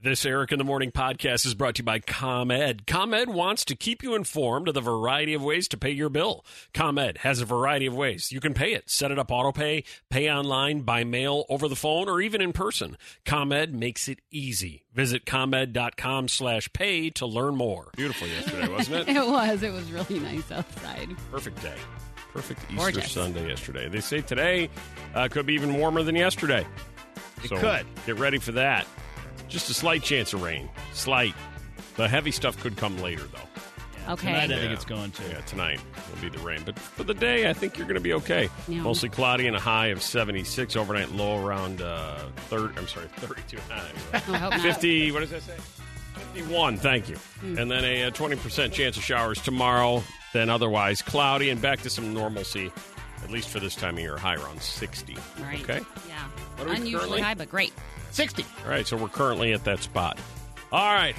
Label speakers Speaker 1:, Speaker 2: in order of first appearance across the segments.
Speaker 1: This Eric in the Morning podcast is brought to you by ComEd. ComEd wants to keep you informed of the variety of ways to pay your bill. ComEd has a variety of ways you can pay it. Set it up auto pay, pay online, by mail, over the phone, or even in person. ComEd makes it easy. Visit ComEd.com slash pay to learn more. Beautiful yesterday, wasn't it?
Speaker 2: It was. It was really nice outside.
Speaker 1: Perfect day. Perfect Easter
Speaker 2: Gorgeous.
Speaker 1: Sunday yesterday. They say today uh, could be even warmer than yesterday.
Speaker 3: It could.
Speaker 1: Get ready for that. Just a slight chance of rain. Slight. The heavy stuff could come later, though.
Speaker 2: Okay.
Speaker 3: Tonight, I
Speaker 1: Yeah.
Speaker 3: think it's going to.
Speaker 1: Yeah, tonight will be the rain. But for the day, I think you're going to be okay.
Speaker 2: Yeah.
Speaker 1: Mostly cloudy and a high of 76. Overnight low around uh, third. I'm sorry, 32 high.
Speaker 2: I hope not. Hmm.
Speaker 1: 50. What does that say? 51. Thank you. And then a, uh 20% chance of showers tomorrow. Then otherwise cloudy and back to some normalcy, at least for this time of year. High around 60.
Speaker 2: Right.
Speaker 1: Okay.
Speaker 2: Yeah.
Speaker 1: What are we
Speaker 2: Unusually
Speaker 1: currently?
Speaker 2: high, but great.
Speaker 3: 60.
Speaker 1: All right. So we're currently at that spot. All right.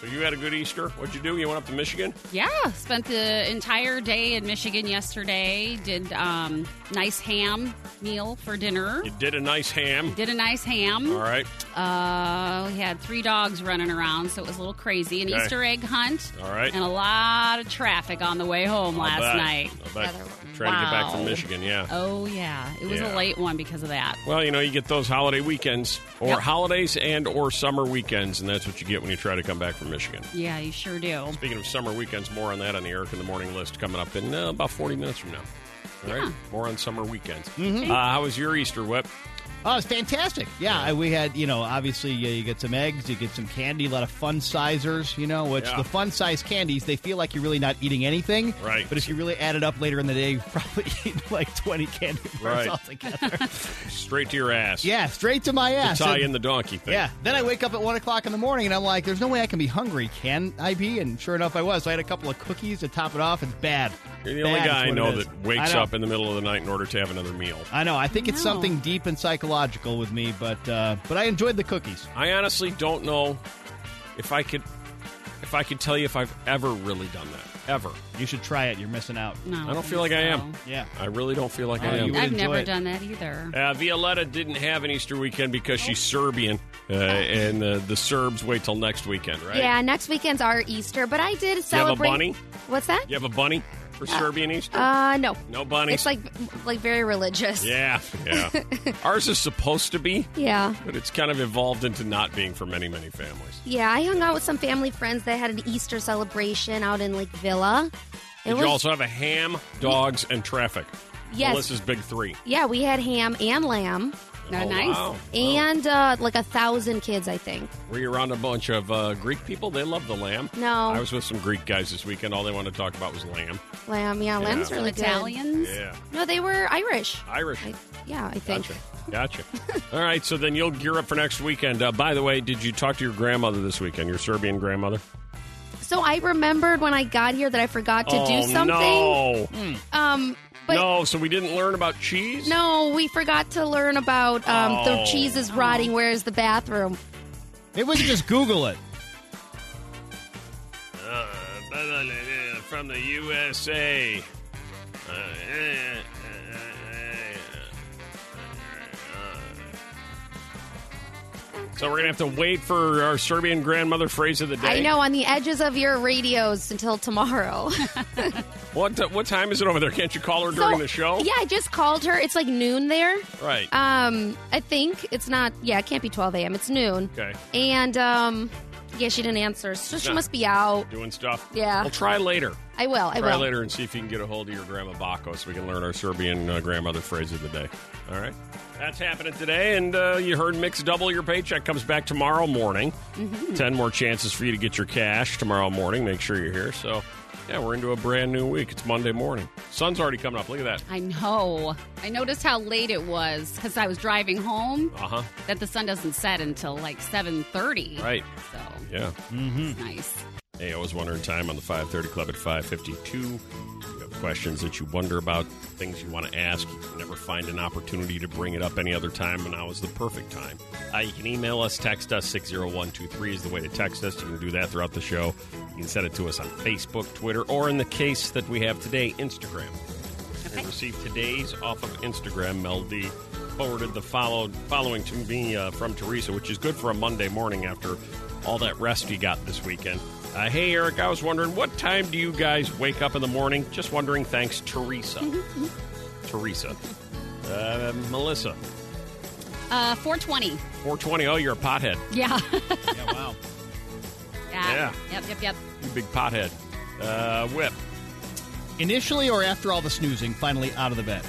Speaker 1: So you had a good Easter. What'd you do? You went up to Michigan.
Speaker 2: Yeah. Spent the entire day in Michigan yesterday. Did um, nice ham meal for dinner.
Speaker 1: You did a nice ham.
Speaker 2: Did a nice ham.
Speaker 1: All right.
Speaker 2: Uh, we had three dogs running around, so it was a little crazy. An
Speaker 1: Okay.
Speaker 2: Easter egg hunt.
Speaker 1: All right.
Speaker 2: And a lot of traffic on the way home
Speaker 1: I'll
Speaker 2: last
Speaker 1: bet.
Speaker 2: night.
Speaker 1: I'll bet. Trying to get back from
Speaker 2: Wow.
Speaker 1: Michigan, yeah.
Speaker 2: Oh, yeah. It was
Speaker 1: Yeah.
Speaker 2: a late one because of that.
Speaker 1: Well, you know, you get those holiday weekends, or
Speaker 2: Yep.
Speaker 1: holidays and or summer weekends, and that's what you get when you try to come back from Michigan.
Speaker 2: Yeah, you sure do.
Speaker 1: Speaking of summer weekends, more on that on the Eric in the Morning list coming up in uh, about 40 minutes from now. All right, more on summer weekends.
Speaker 3: Mm-hmm.
Speaker 1: Uh, how was your Easter whip?
Speaker 3: Oh, it's fantastic. Yeah, I- we had, you know, obviously yeah, you get some eggs, you get some candy, a lot of fun sizers, you know, which
Speaker 1: Yeah.
Speaker 3: the fun size candies, they feel like you're really not eating anything.
Speaker 1: Right.
Speaker 3: But if you really add it up later in the day, you've probably eaten like 20 candy bars
Speaker 1: Right.
Speaker 3: all together.
Speaker 1: Straight to your ass.
Speaker 3: yeah, straight to my
Speaker 1: To
Speaker 3: ass.
Speaker 1: tie
Speaker 3: And-
Speaker 1: in the donkey thing.
Speaker 3: yeah. Then I wake up at 1 o'clock in the morning and I'm like, there's no way I can be hungry, can I be? And sure enough, I was. So I had a couple of cookies to top it off. It's bad.
Speaker 1: You're the only
Speaker 3: Bad is
Speaker 1: guy I
Speaker 3: what it
Speaker 1: know
Speaker 3: is.
Speaker 1: that wakes
Speaker 3: I know.
Speaker 1: up in the middle of the night in order to have another meal.
Speaker 3: I know. I think it's
Speaker 2: No.
Speaker 3: something deep and psychological with me, but uh, but I enjoyed the cookies.
Speaker 1: I honestly don't know if I could if I could tell you if I've ever really done that. Ever.
Speaker 3: You should try it. You're missing out.
Speaker 2: No,
Speaker 1: I don't feel like I am.
Speaker 3: Yeah.
Speaker 1: I really don't feel like
Speaker 3: Oh,
Speaker 1: I am.
Speaker 3: you would
Speaker 2: I've never
Speaker 3: enjoy it.
Speaker 2: done that either.
Speaker 1: Uh, Violetta didn't have an Easter weekend because she's Serbian, uh, and uh, the Serbs wait till next weekend, right?
Speaker 4: Yeah, next weekend's our Easter, but I did
Speaker 1: You have a
Speaker 4: celebrate.
Speaker 1: bunny?
Speaker 4: What's that?
Speaker 1: You have a bunny for Serbian Easter?
Speaker 4: Uh, no.
Speaker 1: no bunnies.
Speaker 4: It's like like very religious.
Speaker 1: yeah, yeah. Ours is supposed to be,
Speaker 4: Yeah.
Speaker 1: but it's kind of evolved into not being for many, many families.
Speaker 4: Yeah, I hung out with some family friends that had an Easter celebration out in Lake Villa. It
Speaker 1: Did
Speaker 4: was
Speaker 1: you also have a ham, dogs, and traffic?
Speaker 4: Yes.
Speaker 1: Melissa's big three.
Speaker 4: yeah, we had ham and lamb,
Speaker 2: Not
Speaker 1: Oh,
Speaker 2: nice.
Speaker 1: wow.
Speaker 4: and uh, like a thousand kids, I think.
Speaker 1: Were you around a bunch of uh, Greek people? They love the lamb.
Speaker 4: No.
Speaker 1: I was with some Greek guys this weekend. All they wanted to talk about was lamb.
Speaker 4: Lamb, yeah, lamb's
Speaker 1: Some
Speaker 4: really good.
Speaker 2: Italians.
Speaker 1: Yeah.
Speaker 4: No, they were Irish.
Speaker 1: Irish.
Speaker 4: I, yeah, I think.
Speaker 1: Gotcha. Gotcha. All right, so then you'll gear up for next weekend. Uh, by the way, did you talk to your grandmother this weekend, your Serbian grandmother?
Speaker 4: So I remembered when I got here that I forgot to
Speaker 1: oh,
Speaker 4: do
Speaker 1: No.
Speaker 4: something. Um, but
Speaker 1: no, so we didn't learn about cheese?
Speaker 4: No, we forgot to learn about um,
Speaker 1: Oh.
Speaker 4: the cheese is rotting. Where is the bathroom?
Speaker 3: It was just Google it.
Speaker 1: Uh, from the USA. Uh, eh, eh, eh, eh. So we're going to have to wait for our Serbian grandmother phrase of the day.
Speaker 4: I know on the edges of your radios until tomorrow.
Speaker 1: What, t- what time is it over there? Can't you call her during
Speaker 4: So,
Speaker 1: the show?
Speaker 4: Yeah, I just called her. It's like noon there.
Speaker 1: Right.
Speaker 4: Um, I think it's not. Yeah, it can't be 12 a.m. It's noon.
Speaker 1: Okay.
Speaker 4: And um, yeah, she didn't answer, so she
Speaker 1: No.
Speaker 4: must be out.
Speaker 1: Doing stuff.
Speaker 4: Yeah.
Speaker 1: We'll try later.
Speaker 4: I will. I
Speaker 1: try
Speaker 4: will.
Speaker 1: later and see if you can get a hold of your grandma Bako so we can learn our Serbian uh, grandmother phrase of the day. All right. That's happening today. And uh, you heard Mix Double Your Paycheck comes back tomorrow morning. 10 more chances for you to get your cash tomorrow morning. Make sure you're here. So, yeah, we're into a brand new week. It's Monday morning. Sun's already coming up. Look at that.
Speaker 2: I know. I noticed how late it was because I was driving home.
Speaker 1: Uh huh.
Speaker 2: That the sun doesn't set until like seven thirty.
Speaker 1: Right. Mm-hmm.
Speaker 2: So
Speaker 1: Yeah.
Speaker 2: it's nice.
Speaker 1: Hey, I was wondering time on the 530 Club at 552. You have questions that you wonder about, things you want to ask. You can never find an opportunity to bring it up any other time, and now is the perfect time. Uh, you can email us, text us, 60123 is the way to text us. You can do that throughout the show. You can send it to us on Facebook, Twitter, or in the case that we have today, Instagram. We received today's off of Instagram. Mel D forwarded the followed following to me uh, from Teresa, which is good for a Monday morning after all that rest you got this weekend. Uh, hey, Eric, I was wondering what time do you guys wake up in the morning? Just wondering. Thanks, Teresa. Teresa. Uh, Melissa,
Speaker 2: Uh, four twenty.
Speaker 1: 420. Oh, you're a pothead.
Speaker 2: Yeah.
Speaker 3: Yeah, wow.
Speaker 1: Yeah.
Speaker 2: Yep. Yep. Yep.
Speaker 1: You big pothead. Uh, whip.
Speaker 3: Initially or after all the snoozing, finally out of the bed.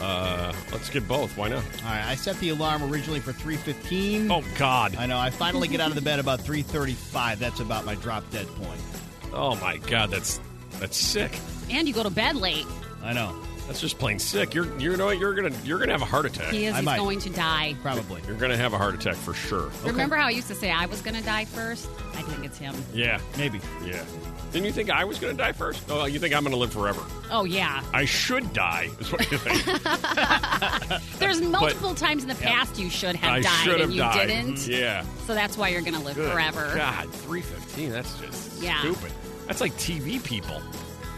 Speaker 1: Uh, let's get both. Why not?
Speaker 3: All right, I set the alarm originally for 3:15.
Speaker 1: Oh, God.
Speaker 3: I know. I finally get out of the bed about 3:35. That's about my drop dead point.
Speaker 1: Oh, my God. That's that's sick.
Speaker 2: And you go to bed late.
Speaker 3: I know.
Speaker 1: That's just plain sick. You're you know what? you're gonna you're gonna have a heart attack.
Speaker 2: He is.
Speaker 3: I
Speaker 2: he's
Speaker 3: might.
Speaker 2: going to die.
Speaker 3: Probably.
Speaker 1: You're gonna have a heart attack for sure.
Speaker 2: Remember how I used to say I was going to die first? I think it's him.
Speaker 1: Yeah,
Speaker 3: Maybe.
Speaker 1: yeah. Didn't you think I was gonna die first? Oh, you think I'm gonna live forever?
Speaker 2: Oh yeah.
Speaker 1: I should die. Is what you think?
Speaker 2: There's multiple times in the past you should have
Speaker 1: I
Speaker 2: died
Speaker 1: should have
Speaker 2: and you
Speaker 1: died. Mm-hmm.
Speaker 2: didn't.
Speaker 1: Yeah.
Speaker 2: So that's why you're going to live
Speaker 1: Good
Speaker 2: forever.
Speaker 1: God, three fifteen. That's just
Speaker 2: Yeah.
Speaker 1: stupid. That's like TV people.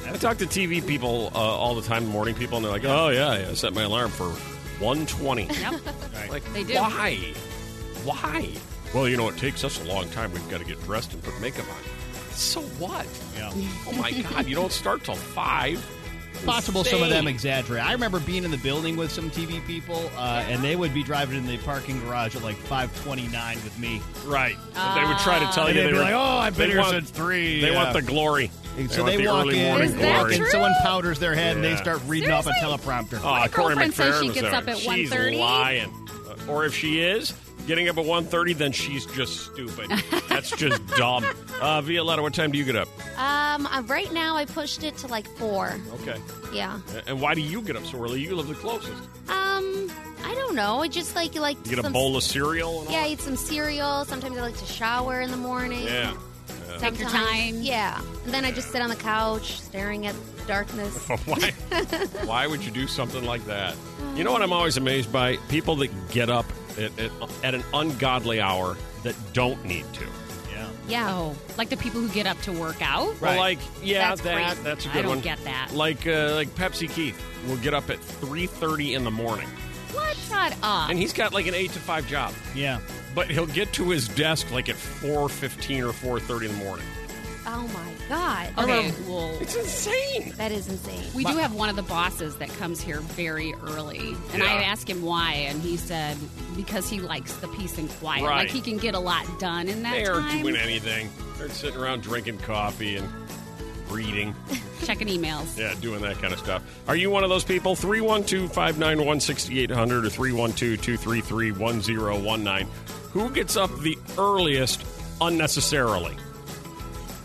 Speaker 1: I talk to TV people uh, all the time, morning people, and they're like, "Oh yeah, yeah I set my alarm for 120.
Speaker 2: Yep.
Speaker 1: Like,
Speaker 2: They do.
Speaker 1: Why? Why? Well, you know, it takes us a long time. We've got to get dressed and put makeup on. So what?
Speaker 3: Yeah.
Speaker 1: Oh my God! You don't start till five.
Speaker 3: Possible some of them
Speaker 1: Insane.
Speaker 3: exaggerate. I remember being in the building with some TV people, uh, and they would be driving in the parking garage at like 5:29 with me.
Speaker 1: Right. But they would try
Speaker 2: Ah.
Speaker 1: to tell
Speaker 3: And
Speaker 1: you
Speaker 3: they'd
Speaker 1: they
Speaker 3: be
Speaker 1: were
Speaker 3: like, "Oh, I've been
Speaker 1: they
Speaker 3: here
Speaker 1: want-
Speaker 3: since three."
Speaker 1: They
Speaker 3: yeah.
Speaker 1: want the glory.
Speaker 3: And so
Speaker 1: want
Speaker 3: they,
Speaker 1: the
Speaker 3: walk
Speaker 1: early
Speaker 3: in,
Speaker 1: morning
Speaker 2: Is that
Speaker 1: glory.
Speaker 3: and someone powders their head, and
Speaker 1: Yeah.
Speaker 3: they start reading off a teleprompter.
Speaker 1: Oh, Corey
Speaker 2: girlfriend says
Speaker 1: McFerrin
Speaker 2: she
Speaker 1: was
Speaker 2: gets
Speaker 1: there.
Speaker 2: up at
Speaker 1: She's
Speaker 2: 1:30.
Speaker 1: lying. Uh, Or if she is getting up at 1.30, then she's just stupid. That's just dumb. Uh, Violetta, what time do you get up?
Speaker 4: Um, uh, right now I pushed it to like four.
Speaker 1: Okay.
Speaker 4: Yeah.
Speaker 1: A- And why do you get up so early? You live the closest.
Speaker 4: Um, I don't know. I just like like
Speaker 1: You get a
Speaker 4: some-
Speaker 1: bowl of cereal and all
Speaker 4: Yeah, I eat some cereal. Sometimes I like to shower in the morning.
Speaker 1: Yeah.
Speaker 2: Take your
Speaker 4: Sometimes-
Speaker 2: time.
Speaker 4: Yeah. And then I just sit on the couch staring at darkness.
Speaker 1: why, why would you do something like that? You know
Speaker 2: Uh.
Speaker 1: what I'm always amazed by? People that get up at, at, at an ungodly hour that don't need to.
Speaker 3: Yeah.
Speaker 4: Yeah.
Speaker 2: Oh, like the people who get up to work out.
Speaker 1: Well,
Speaker 3: Right.
Speaker 1: like, yeah,
Speaker 4: That's
Speaker 1: that
Speaker 4: crazy.
Speaker 1: that's a
Speaker 2: I
Speaker 1: good
Speaker 2: don't
Speaker 1: one.
Speaker 2: get that.
Speaker 1: Like, uh, like Pepsi Keith will get up at 3.30 in the morning.
Speaker 2: What? Shut up.
Speaker 1: And he's got like an 8 to 5 job.
Speaker 3: Yeah.
Speaker 1: But he'll get to his desk like at 4.15 or 4.30 in the morning.
Speaker 4: Oh my god. Oh,
Speaker 2: okay. Well,
Speaker 1: It's insane.
Speaker 4: That is insane.
Speaker 2: we do have one of the bosses that comes here very early, and
Speaker 1: Yeah.
Speaker 2: I asked him why, and he said because he likes the peace and quiet.
Speaker 1: Right.
Speaker 2: Like he can get a lot done in that
Speaker 1: They aren't
Speaker 2: time.
Speaker 1: doing anything. They're sitting around drinking coffee and reading.
Speaker 2: Checking emails.
Speaker 1: Yeah, doing that kind of stuff. Are you one of those people? 312 591 6800 or 312 233 1019. Who gets up the earliest unnecessarily?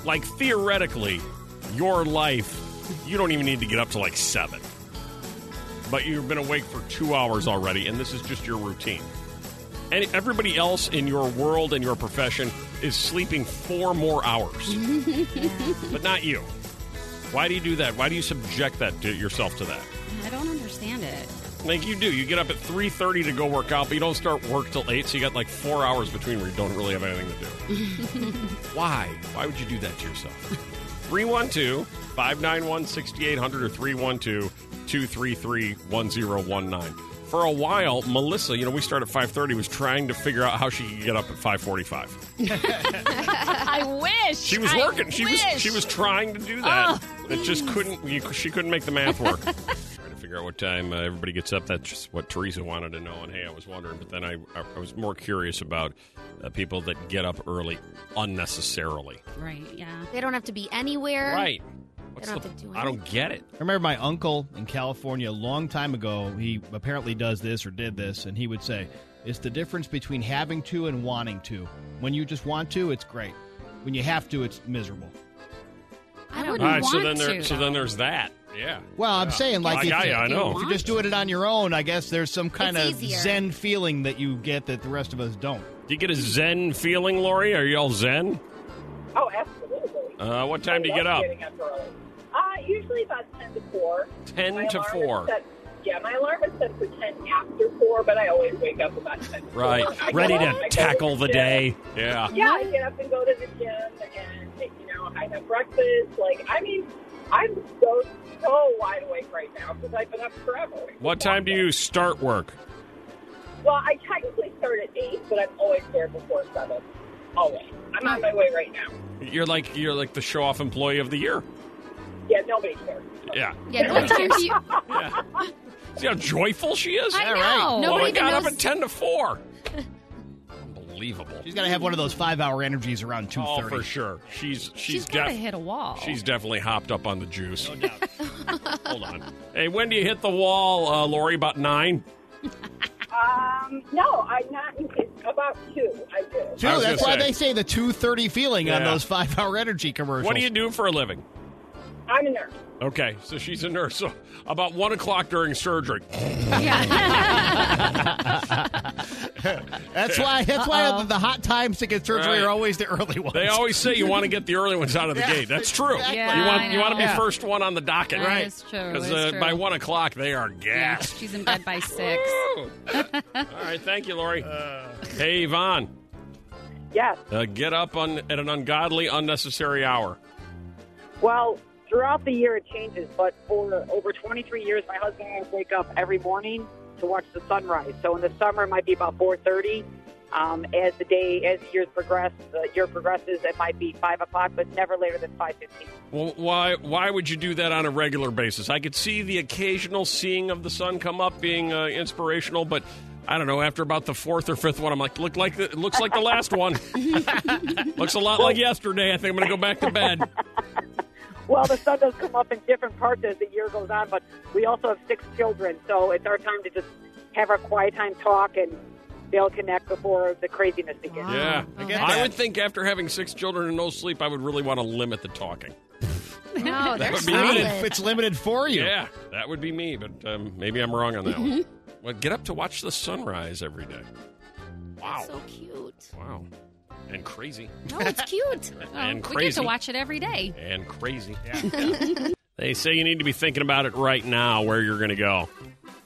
Speaker 1: Like, theoretically, your life, you don't even need to get up to like 7. But you've been awake for two hours already, and this is just your routine. And everybody else in your world and your profession is sleeping four more hours, but not you. Why do you do that? Why do you subject that to yourself to that?
Speaker 2: I don't understand it.
Speaker 1: Like you do, you get up at three thirty to go work out, but you don't start work till eight, so you got like four hours between where you don't really have anything to do. Why? Why would you do that to yourself? 312 591 6800 or 312 233 1019. for a while, Melissa, you know, we started at 5.30, was trying to figure out how she could get up at 5.45.
Speaker 5: I wish.
Speaker 1: She was
Speaker 5: I
Speaker 1: working. She was
Speaker 5: wish.
Speaker 1: she was trying to do that. it just couldn't. You, she couldn't make the math work. Trying to figure out what time uh, everybody gets up. That's just what Teresa wanted to know. And hey, I was wondering, but then I I, I was more curious about uh, people that get up early unnecessarily.
Speaker 2: Right, yeah.
Speaker 4: They don't have to be anywhere.
Speaker 1: Right. What's
Speaker 4: don't
Speaker 1: the,
Speaker 4: have to do
Speaker 1: I don't get it.
Speaker 3: I remember my uncle in California a long time ago. He apparently does this or did this, and he would say, It's the difference between having to and wanting to. When you just want to, it's great. When you have to, it's miserable.
Speaker 2: I
Speaker 4: All
Speaker 2: wouldn't
Speaker 1: All right.
Speaker 2: want
Speaker 1: So then there.
Speaker 2: to.
Speaker 1: So then there's that. Yeah.
Speaker 3: Well, I'm
Speaker 1: Yeah.
Speaker 3: saying, like,
Speaker 1: I,
Speaker 3: if,
Speaker 1: yeah,
Speaker 3: you,
Speaker 1: yeah, I know.
Speaker 3: if you're just doing it on your own, I guess there's some kind
Speaker 4: It's
Speaker 3: of
Speaker 4: easier.
Speaker 3: zen feeling that you get that the rest of us don't.
Speaker 1: Do you get a zen feeling, Lori? Are you all zen?
Speaker 6: Oh, absolutely.
Speaker 1: Uh, what time do you
Speaker 6: I
Speaker 1: get
Speaker 6: love
Speaker 1: up?
Speaker 6: Getting up early. Uh, usually about 10 to 4.
Speaker 1: 10
Speaker 6: My
Speaker 1: to
Speaker 6: alarm is
Speaker 1: 4.
Speaker 6: set- yeah, my alarm is set for 10 after 4, but I always wake up about 10 to 4.
Speaker 1: Right.
Speaker 6: I
Speaker 1: Ready
Speaker 6: get up, I
Speaker 1: to
Speaker 6: go
Speaker 1: tackle
Speaker 6: the gym.
Speaker 1: the day. Yeah.
Speaker 6: Yeah, I get up and go to the gym, and, you know, I have breakfast. Like, I mean, I'm so, so wide awake right now because I've been up forever.
Speaker 1: What time do you start work?
Speaker 6: Well, I technically start at 8, but I'm always there before 7. Always. I'm on my way right now.
Speaker 1: You're like you're like the show off employee of the year.
Speaker 6: Yeah, nobody cares.
Speaker 1: Yeah.
Speaker 4: Yeah, what time do you?
Speaker 1: yeah. See how joyful she is?
Speaker 2: I Yeah, right. know.
Speaker 1: Well,
Speaker 2: Nobody
Speaker 1: I
Speaker 2: even
Speaker 1: got up
Speaker 2: knows-
Speaker 1: at ten to four. Unbelievable.
Speaker 3: She's got to have one of those five hour energies around 2.30.
Speaker 1: Oh, for sure. She's she's,
Speaker 5: She's gotta
Speaker 1: def-
Speaker 5: hit a wall.
Speaker 1: She's definitely hopped up on the juice. Hold on. Hey, when do you hit the wall, uh, Lori? About nine.
Speaker 6: Um, no, I'm not. It's about two. I do. Um,
Speaker 3: Two,
Speaker 1: I was
Speaker 3: that's
Speaker 1: gonna say.
Speaker 3: why they say the 2.30 feeling on
Speaker 1: Yeah.
Speaker 3: those five hour energy commercials.
Speaker 1: What do you do for a living?
Speaker 6: I'm a nurse.
Speaker 1: Okay, so she's a nurse. So about one o'clock during surgery.
Speaker 3: That's why. That's why the, the hot times to get surgery
Speaker 1: Right.
Speaker 3: are always the early ones.
Speaker 1: They always say you want to get the early ones out of the
Speaker 3: Yeah,
Speaker 1: gate. That's true.
Speaker 3: exactly.
Speaker 2: Yeah,
Speaker 1: you want
Speaker 2: I
Speaker 1: you want to be
Speaker 3: know.
Speaker 1: first one on the docket,
Speaker 2: That
Speaker 1: right?
Speaker 2: is true,
Speaker 1: Because
Speaker 2: it is true.
Speaker 1: by one o'clock they are
Speaker 2: Yeah,
Speaker 1: gassed.
Speaker 2: she's in bed by six.
Speaker 1: All right, thank you, Lori.
Speaker 3: Uh.
Speaker 1: hey, Yvonne,
Speaker 6: Yes.
Speaker 1: uh, get up on, at an ungodly, unnecessary hour.
Speaker 6: Well, throughout the year it changes, but for over 23 years, my husband and I wake up every morning to watch the sunrise. So in the summer, it might be about 4:30. Um, as the day, as the years progress, the year progresses, it might be five o'clock, but never later than 5:15.
Speaker 1: Well, why why would you do that on a regular basis? I could see the occasional seeing of the sun come up being uh, inspirational, but I don't know. After about the fourth or fifth one, I'm like, look like the, it looks like the last one. looks a lot like yesterday. I think I'm going to go back to bed.
Speaker 6: Well, the sun does come up in different parts as the year goes on, but we also have six children, so it's our time to just have our quiet time talk and they'll connect before the craziness begins.
Speaker 1: Yeah,
Speaker 2: Oh,
Speaker 3: I get
Speaker 1: I
Speaker 3: that.
Speaker 1: would think after having six children and no sleep, I would really want to limit the talking.
Speaker 4: No, they're
Speaker 1: would be
Speaker 4: solid.
Speaker 1: limited.
Speaker 3: It's limited for you.
Speaker 1: Yeah, that would be me, but um, maybe I'm wrong on that one.
Speaker 2: Mm-hmm.
Speaker 1: Well, get up to watch the sunrise every day. Wow.
Speaker 4: So cute.
Speaker 1: wow. And crazy.
Speaker 4: No, it's cute.
Speaker 1: and
Speaker 2: We get
Speaker 1: crazy.
Speaker 2: to watch it every day.
Speaker 1: and crazy. they say you need to be thinking about it right now where you're going to go.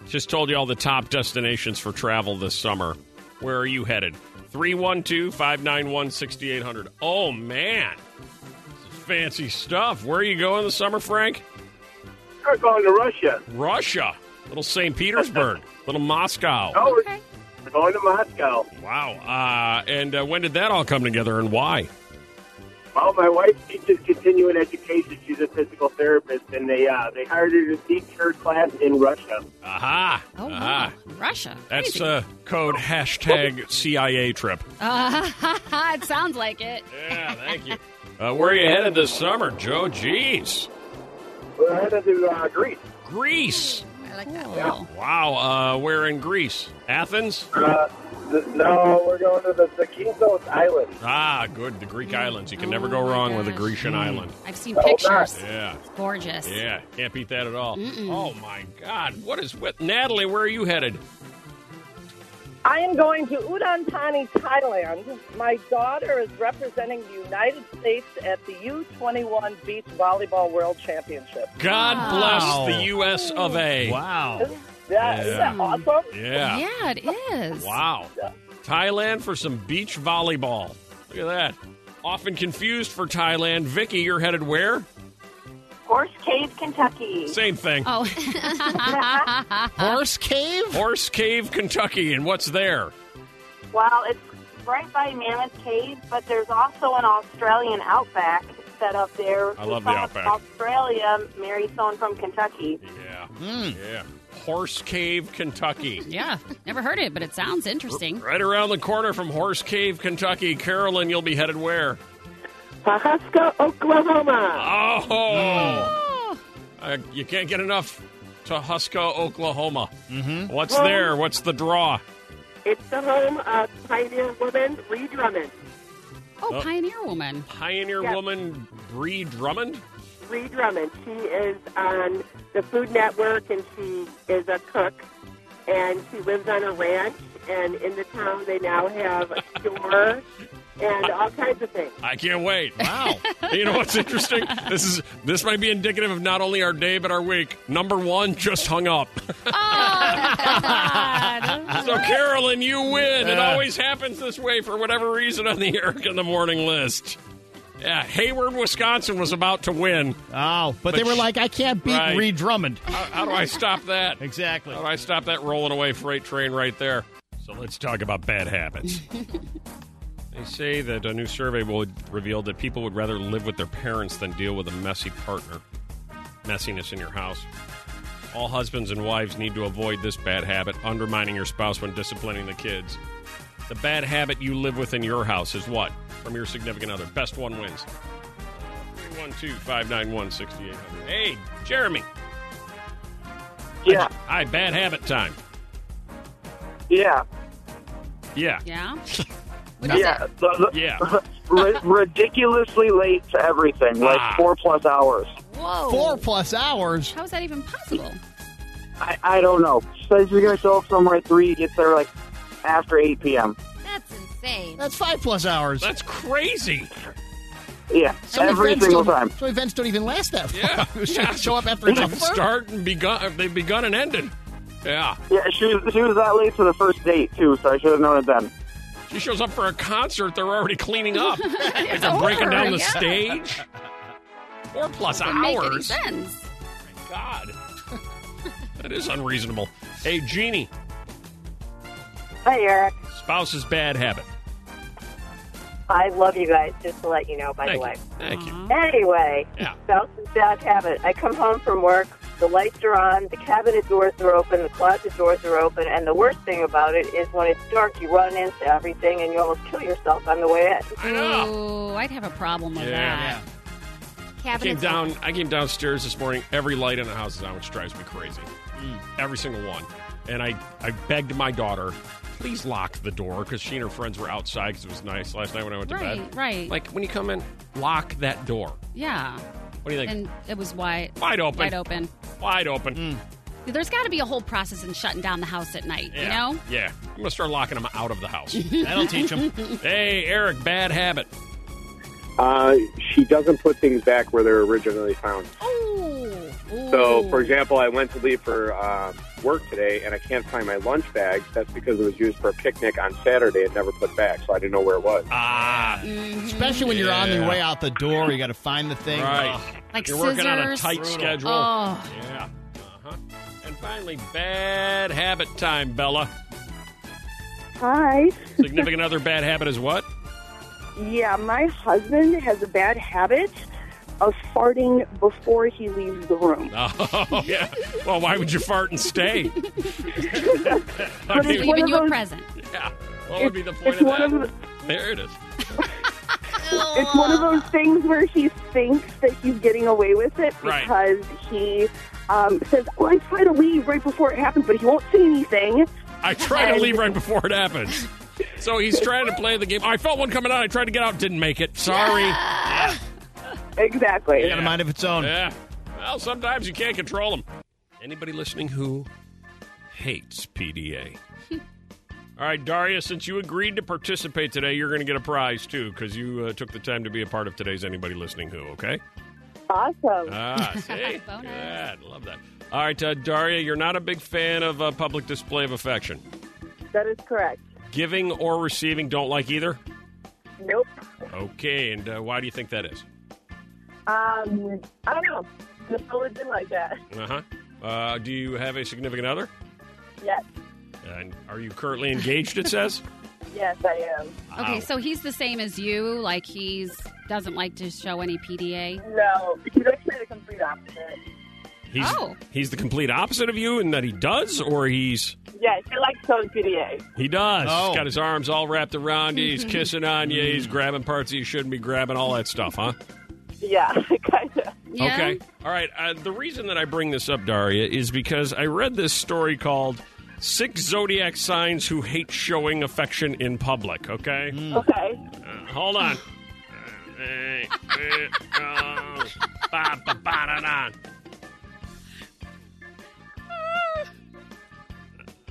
Speaker 1: Just told you all the top destinations for travel this summer. Where are you headed? 312 591 6800. Oh, man. This is fancy stuff. Where are you going this summer, Frank?
Speaker 7: Start going to Russia.
Speaker 1: Russia. Little St. Petersburg. little Moscow.
Speaker 7: Oh,
Speaker 2: Okay.
Speaker 7: we're going to Moscow.
Speaker 1: Wow. Uh, and uh, when did that all come together and why?
Speaker 7: Well, my wife teaches continuing education. She's a physical therapist, and they uh, they hired her to teach her class in Russia.
Speaker 1: Aha.
Speaker 2: Oh, wow.
Speaker 1: Aha.
Speaker 2: Russia.
Speaker 1: That's
Speaker 2: Crazy.
Speaker 1: uh, code hashtag CIA trip.
Speaker 2: Uh, it sounds like it.
Speaker 1: Yeah, thank you. Uh, where are you headed this summer, Joe? Jeez.
Speaker 7: We're headed to uh, Greece.
Speaker 1: Greece.
Speaker 4: I like that.
Speaker 2: Cool.
Speaker 1: Wow. Uh, where in Greece? Athens?
Speaker 7: Uh, th- no, we're going to the Zakynthos Island.
Speaker 1: Ah, good. The Greek islands. You can never go
Speaker 2: Oh, my
Speaker 1: wrong with a
Speaker 2: gosh.
Speaker 1: Grecian island.
Speaker 2: I've seen pictures.
Speaker 1: Yeah.
Speaker 2: It's gorgeous.
Speaker 1: Yeah. Can't beat that at all. Oh, my God. What is with Natalie? Where are you headed?
Speaker 6: I am going to Udon Thani, Thailand. My daughter is representing the United States at the U21 Beach Volleyball World Championship.
Speaker 1: God
Speaker 3: Wow.
Speaker 1: bless the U.S. of A.
Speaker 3: Wow.
Speaker 6: That, is that awesome?
Speaker 1: Yeah.
Speaker 2: Yeah, it is.
Speaker 1: Wow. Thailand for some beach volleyball. Look at that. Often confused for Thailand. Vicky, you're headed where?
Speaker 8: Horse Cave, Kentucky.
Speaker 1: Same thing.
Speaker 2: Oh.
Speaker 1: Horse Cave? Horse Cave, Kentucky. And what's there?
Speaker 8: Well, it's right by Mammoth Cave, but there's also an Australian outback set up there.
Speaker 1: I love
Speaker 8: We
Speaker 1: the
Speaker 8: saw
Speaker 1: outback.
Speaker 8: Australia, married someone from Kentucky.
Speaker 1: Yeah. Yeah. Hmm. Horse Cave, Kentucky.
Speaker 2: yeah, never heard it, but it sounds interesting.
Speaker 1: Right around the corner from Horse Cave, Kentucky. Carolyn, you'll be headed where?
Speaker 7: Pahaska,
Speaker 1: Oh,
Speaker 7: Oklahoma.
Speaker 1: Uh, you can't get enough to Huska, Oklahoma. Mm-hmm. What's
Speaker 7: Well-
Speaker 1: there? What's the draw?
Speaker 7: It's the home of Pioneer Woman Lee Drummond.
Speaker 2: Oh,
Speaker 1: Oh.
Speaker 2: Pioneer Woman.
Speaker 1: Pioneer
Speaker 7: Yeah.
Speaker 1: Woman Bree Drummond?
Speaker 7: Lee Drummond. She is on the Food Network and she is a cook. And she lives on a ranch. And in the town, they now have a store and all kinds of things.
Speaker 1: I can't wait.
Speaker 3: Wow.
Speaker 1: you know what's interesting? This is this might be indicative of not only our day but our week. Number one just hung up. so Carolyn, you win. It
Speaker 3: Yeah.
Speaker 1: always happens this way for whatever reason on the Eric in the Morning list. Yeah, Hayward, Wisconsin was about to win.
Speaker 3: Oh, but, they were
Speaker 1: sh-
Speaker 3: like, I can't beat
Speaker 1: Right. Uh,
Speaker 3: Reed Drummond.
Speaker 1: How, how do I stop that?
Speaker 3: Exactly.
Speaker 1: How do I stop that rolling away freight train right there? So let's talk about bad habits. they say that a new survey will reveal that people would rather live with their parents than deal with a messy partner. Messiness in your house. All husbands and wives need to avoid this bad habit, undermining your spouse when disciplining the kids. The bad habit you live with in your house is what? From your significant other. Best one wins. Uh, 312 591 6800. Hey, Jeremy.
Speaker 7: Yeah,
Speaker 1: Hi, bad habit time.
Speaker 7: yeah,
Speaker 1: Yeah.
Speaker 2: Yeah.
Speaker 7: yeah. The- the-
Speaker 1: Yeah.
Speaker 7: ri- ridiculously late to everything, like
Speaker 1: Ah.
Speaker 7: four plus hours.
Speaker 2: Whoa.
Speaker 3: Four plus hours.
Speaker 2: How is that even possible?
Speaker 7: I, I don't know. Says you're gonna show up somewhere at three, gets there like after eight p.m.
Speaker 4: That's insane.
Speaker 3: That's five plus hours.
Speaker 1: That's crazy.
Speaker 7: Yeah,
Speaker 3: Some
Speaker 7: every
Speaker 3: events
Speaker 7: single
Speaker 3: don't-
Speaker 7: time.
Speaker 3: Some events don't even last that
Speaker 1: Yeah.
Speaker 3: far. Show up after it's
Speaker 1: They've
Speaker 3: over.
Speaker 1: start and begun. They've begun and ended. Yeah.
Speaker 7: Yeah, she was, she was that late for the first date too, so I should have known it then.
Speaker 1: She shows up for a concert. They're already cleaning up. like they're
Speaker 2: over,
Speaker 1: breaking down the
Speaker 2: yeah.
Speaker 1: stage. Four plus
Speaker 2: Doesn't make any
Speaker 1: hours.
Speaker 2: sense.
Speaker 1: God. that is unreasonable. Hey, Jeannie,
Speaker 9: Hi, Eric.
Speaker 1: spouse's bad habit.
Speaker 9: I love you guys, just to let you know, by
Speaker 1: Thank
Speaker 9: the way.
Speaker 1: you. Thank you.
Speaker 9: Anyway,
Speaker 1: Yeah.
Speaker 9: spouse's bad habit. I come home from work, the lights are on, the cabinet doors are open, the closet doors are open, and the worst thing about it is when it's dark, you run into everything and you almost kill yourself on the way in.
Speaker 1: I know.
Speaker 2: Ooh, Oh, I'd have a problem with
Speaker 1: Ah. Yeah.
Speaker 2: that.
Speaker 1: I came
Speaker 4: Cabinets
Speaker 1: down. I came downstairs this morning. Every light in the house is on, which drives me crazy.
Speaker 2: Mm.
Speaker 1: Every single one. And I, I begged my daughter, please lock the door because she and her friends were outside because it was nice last night when I went to
Speaker 2: Right,
Speaker 1: bed.
Speaker 2: right.
Speaker 1: Like when you come in, lock that door.
Speaker 2: yeah.
Speaker 1: What do you think?
Speaker 2: and it was wide,
Speaker 1: wide open.
Speaker 2: wide open.
Speaker 1: Wide open.
Speaker 3: Mm.
Speaker 2: There's got to be a whole process in shutting down the house at night,
Speaker 1: Yeah.
Speaker 2: you know?
Speaker 1: Yeah. I'm gonna start locking them out of the house.
Speaker 3: That'll teach them.
Speaker 1: hey, Eric, bad habit.
Speaker 10: Uh, she doesn't put things back where they're originally found.
Speaker 2: Oh.
Speaker 10: So,
Speaker 11: Mm.
Speaker 10: for example, I went to leave for um, work today, and I can't find my lunch bag. That's because it was used for a picnic on Saturday and never put back, so I didn't know where it was.
Speaker 1: Ah,
Speaker 2: Mm.
Speaker 3: Especially when you're on your
Speaker 1: Yeah.
Speaker 3: way out the door, you got to find the thing.
Speaker 1: right.
Speaker 3: Ugh.
Speaker 2: Like
Speaker 1: You're working on a
Speaker 2: scissors.
Speaker 1: tight
Speaker 3: Brutal.
Speaker 1: schedule.
Speaker 2: Oh.
Speaker 1: Yeah. Uh-huh. And finally, bad habit time, Bella.
Speaker 11: Hi.
Speaker 1: Significant other bad habit is what?
Speaker 11: Yeah, my husband has a bad habit of farting before he leaves the room.
Speaker 1: Oh, yeah. Well, why would you fart and stay? I
Speaker 11: But
Speaker 2: They're
Speaker 11: it's
Speaker 1: mean,
Speaker 11: one
Speaker 2: giving
Speaker 11: of
Speaker 2: you a
Speaker 11: those-
Speaker 2: present.
Speaker 1: yeah. What would be the point
Speaker 11: it's
Speaker 1: of
Speaker 11: one
Speaker 1: that?
Speaker 11: of
Speaker 1: there it is.
Speaker 11: It's one of those things where he thinks that he's getting away with it
Speaker 1: Right.
Speaker 11: because he um, says, "Oh, I try to leave right before it happens," but he won't say anything.
Speaker 1: I try to leave right before it happens. So he's trying to play the game. I felt one coming out. I tried to get out, didn't make it. Sorry.
Speaker 11: Exactly.
Speaker 3: You got a mind of its own.
Speaker 1: Yeah. Well, sometimes you can't control them. Anybody listening who hates PDA? All right, Daria, since you agreed to participate today, you're going to get a prize too because you uh, took the time to be a part of today's Anybody Listening Who, okay?
Speaker 11: Awesome.
Speaker 1: Ah, see?
Speaker 2: Bonus.
Speaker 1: Good. Love that. All right, uh, Daria, you're not a big fan of uh, public display of affection.
Speaker 11: That is correct.
Speaker 1: Giving or receiving, don't like either?
Speaker 11: Nope.
Speaker 1: Okay, and uh, why do you think that is?
Speaker 11: Um, I don't know. It's always been like that.
Speaker 1: Uh-huh. Uh, do you have a significant other?
Speaker 11: Yes,
Speaker 1: And are you currently engaged, it says?
Speaker 11: yes, I am.
Speaker 2: Okay,
Speaker 1: Wow.
Speaker 2: so he's the same as you. Like he's doesn't like to show any PDA.
Speaker 11: No, he's actually the complete opposite.
Speaker 1: He's,
Speaker 2: Oh.
Speaker 1: He's the complete opposite of you in that he does, or he's...
Speaker 11: Yes, he likes total PDA.
Speaker 1: He does.
Speaker 11: Oh.
Speaker 1: He's got his arms all wrapped around you. He's kissing on you. He's grabbing parts that you shouldn't be grabbing. All that stuff, huh?
Speaker 11: Yeah, kind of.
Speaker 1: Okay. All right. Uh, the reason that I bring this up, Daria, is because I read this story called Six Zodiac Signs Who Hate Showing Affection in Public. Okay.
Speaker 12: Hmm.
Speaker 11: Okay.
Speaker 1: Uh, hold on. Uh, eh, eh, oh, ba, ba, ba, da, da.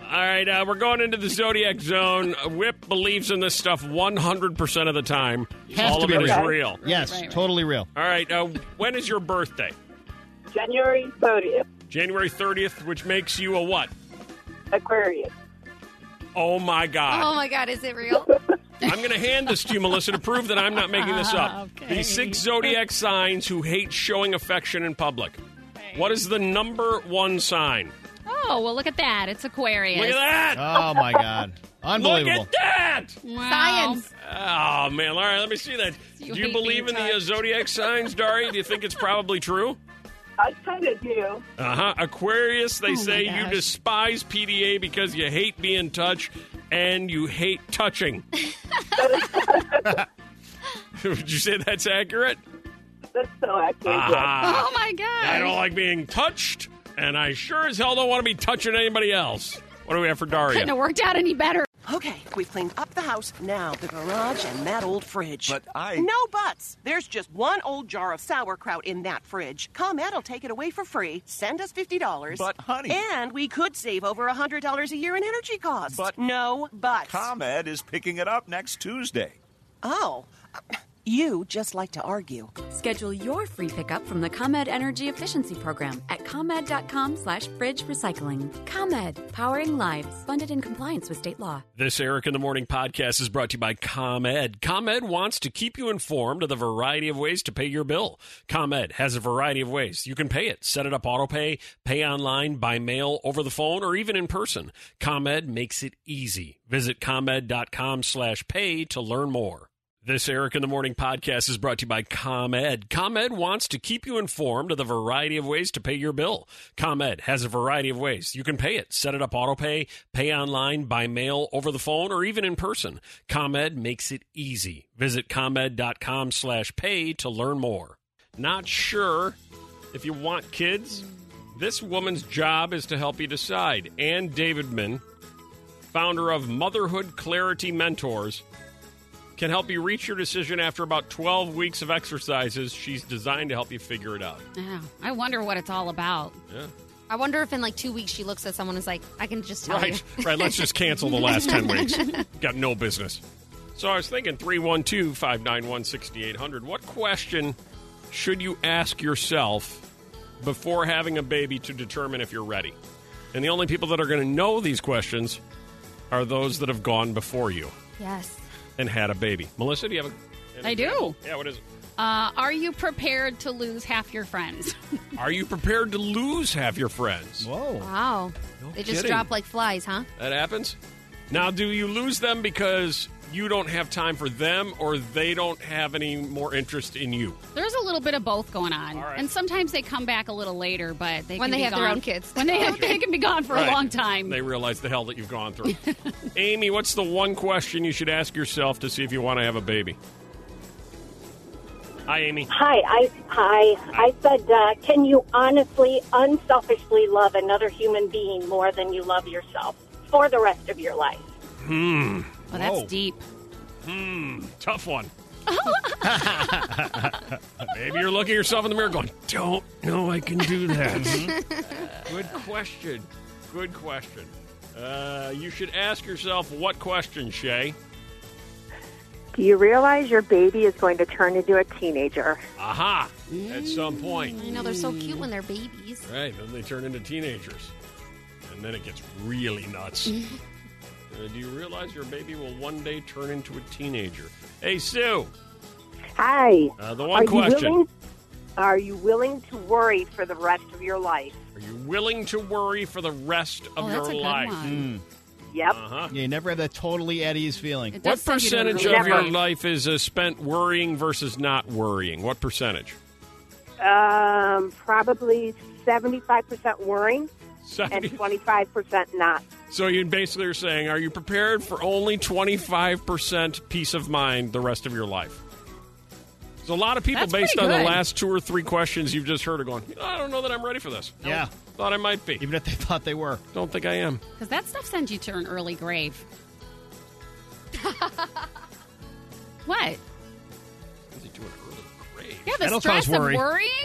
Speaker 1: All right, uh, we're going into the zodiac zone. Whip believes in this stuff 100% of the time.
Speaker 3: Has
Speaker 1: All
Speaker 3: to
Speaker 1: of
Speaker 3: be
Speaker 1: it is
Speaker 3: real.
Speaker 1: real.
Speaker 3: Yes, totally real.
Speaker 1: All right, uh, when is your birthday?
Speaker 11: January 30th,
Speaker 1: January 30th, which makes you a what?
Speaker 11: Aquarius.
Speaker 1: Oh my God.
Speaker 4: Oh my God, is it real?
Speaker 1: I'm going to hand this to you, Melissa, to prove that I'm not making this up. The six zodiac signs who hate showing affection in public. What is the number one sign?
Speaker 2: Oh well, look at that. It's Aquarius.
Speaker 1: Look at that!
Speaker 3: Oh my God, unbelievable!
Speaker 1: Look at that!
Speaker 2: Wow.
Speaker 4: Science.
Speaker 1: Oh man! All right, let me see that.
Speaker 2: You
Speaker 1: do you
Speaker 2: hate
Speaker 1: believe in
Speaker 2: being
Speaker 1: the uh, zodiac signs, Dari? Do you think it's probably true?
Speaker 11: I kind of do.
Speaker 1: Uh huh. Aquarius,
Speaker 2: Oh
Speaker 1: they say you
Speaker 11: gosh.
Speaker 1: despise PDA because you hate being touched and you hate touching. Would you say that's accurate?
Speaker 11: That's so accurate.
Speaker 1: Ah.
Speaker 2: Oh my god.
Speaker 1: I don't like being touched, and I sure as hell don't want to be touching anybody else. What do we have for
Speaker 2: Couldn't
Speaker 1: Daria?
Speaker 2: have worked out any better.
Speaker 13: Okay, we've cleaned up the house, now the garage and that old fridge.
Speaker 12: But I-
Speaker 13: No buts! There's just one old jar of sauerkraut in that fridge. ComEd will take it away for free. Send us $50.
Speaker 12: But, honey-
Speaker 13: And we could save over $100 a year in energy costs. But. No buts.
Speaker 12: ComEd is picking it up next Tuesday.
Speaker 13: oh. You just like to argue.
Speaker 14: Schedule your free pickup from the ComEd Energy Efficiency Program at ComEd.com slash fridge recycling. ComEd, powering lives, funded in compliance with state law.
Speaker 1: This Eric in the Morning podcast is brought to you by ComEd. ComEd wants to keep you informed of the variety of ways to pay your bill. ComEd has a variety of ways you can pay it. Set it up auto pay, pay online, by mail, over the phone, or even in person. ComEd makes it easy. Visit ComEd.com slash pay to learn more. This Eric in the Morning podcast is brought to you by ComEd. ComEd wants to keep you informed of the variety of ways to pay your bill. ComEd has a variety of ways you can pay it. Set it up auto pay, pay online, by mail, over the phone, or even in person. ComEd makes it easy. Visit ComEd.com slash pay to learn more. Not sure if you want kids? This woman's job is to help you decide. Ann Davidman, founder of Motherhood Clarity Mentors, can help you reach your decision after about 12 weeks of exercises she's designed to help you figure it out.
Speaker 2: Oh, I wonder what it's all about.
Speaker 1: Yeah.
Speaker 4: I wonder if in like two weeks she looks at someone and is like, I can just tell
Speaker 1: Right,
Speaker 4: you.
Speaker 1: right. Let's just cancel the last 10 weeks. Got no business. So I was thinking 312 591 6800. What question should you ask yourself before having a baby to determine if you're ready? And the only people that are going to know these questions are those that have gone before you
Speaker 2: Yes.
Speaker 1: and had a baby. Melissa, do you have a. an
Speaker 2: I do.
Speaker 1: example? Yeah, what is it?
Speaker 2: Uh, are you prepared to lose half your friends?
Speaker 1: Are you prepared to lose half your friends? Whoa.
Speaker 4: Wow. they just
Speaker 1: kidding.
Speaker 4: drop like flies, huh?
Speaker 1: That happens. Now, do you lose them because you don't have time for them or they don't have any more interest in you?
Speaker 2: There's a little bit of both going on, and sometimes they come back a little later, but they can
Speaker 4: When they
Speaker 2: be
Speaker 4: have their
Speaker 2: gone-
Speaker 4: own kids.
Speaker 2: When they have, they can be gone for
Speaker 1: Right.
Speaker 2: a long time.
Speaker 1: They realize the hell that you've gone through. Amy, what's the one question you should ask yourself to see if you want to have a baby? Hi, Amy.
Speaker 15: Hi, I hi. I said, uh, can you honestly, unselfishly love another human being more than you love yourself for the rest of your life?
Speaker 1: Hmm.
Speaker 2: Well, Oh, that's deep.
Speaker 1: Hmm. Tough one. Maybe you're looking at yourself in the mirror going, don't know I can do that. Good question. Good question. Uh, you should ask yourself what question, Shay?
Speaker 16: Do you realize your baby is going to turn into a teenager?
Speaker 1: Aha! At some point.
Speaker 4: I know they're so
Speaker 2: Mm.
Speaker 4: cute when they're babies.
Speaker 1: Right, then they turn into teenagers. And then it gets really nuts. Uh, do you realize your baby will one day turn into a teenager? Hey, Sue!
Speaker 17: Hi.
Speaker 1: Uh, the one
Speaker 17: Are
Speaker 1: question.
Speaker 17: You willing,
Speaker 8: Are you willing to worry for the rest of your life?
Speaker 1: Are you willing to worry for the rest of
Speaker 8: Oh,
Speaker 1: your
Speaker 8: that's a good
Speaker 1: life?
Speaker 8: one. Yep.
Speaker 1: Uh-huh.
Speaker 3: Yeah, you never have that totally at ease feeling.
Speaker 1: Mm. What percentage of your life is uh, spent worrying versus not worrying? What percentage?
Speaker 8: Um, probably 75% worrying
Speaker 1: Seventy-
Speaker 8: and 25% not.
Speaker 1: So you basically are saying, are you prepared for only 25% peace of mind the rest of your life? So a lot of people,
Speaker 17: That's
Speaker 1: based on
Speaker 17: pretty
Speaker 1: the
Speaker 17: good.
Speaker 1: last two or three questions you've just heard, are going, I don't know that I'm ready for this.
Speaker 3: Yeah.
Speaker 1: Thought I might be.
Speaker 3: Even if they thought they were.
Speaker 1: Don't think I am.
Speaker 2: Because that stuff sends you to an early grave. what?
Speaker 1: Is it doing early grade?
Speaker 2: Yeah, the stress of worrying.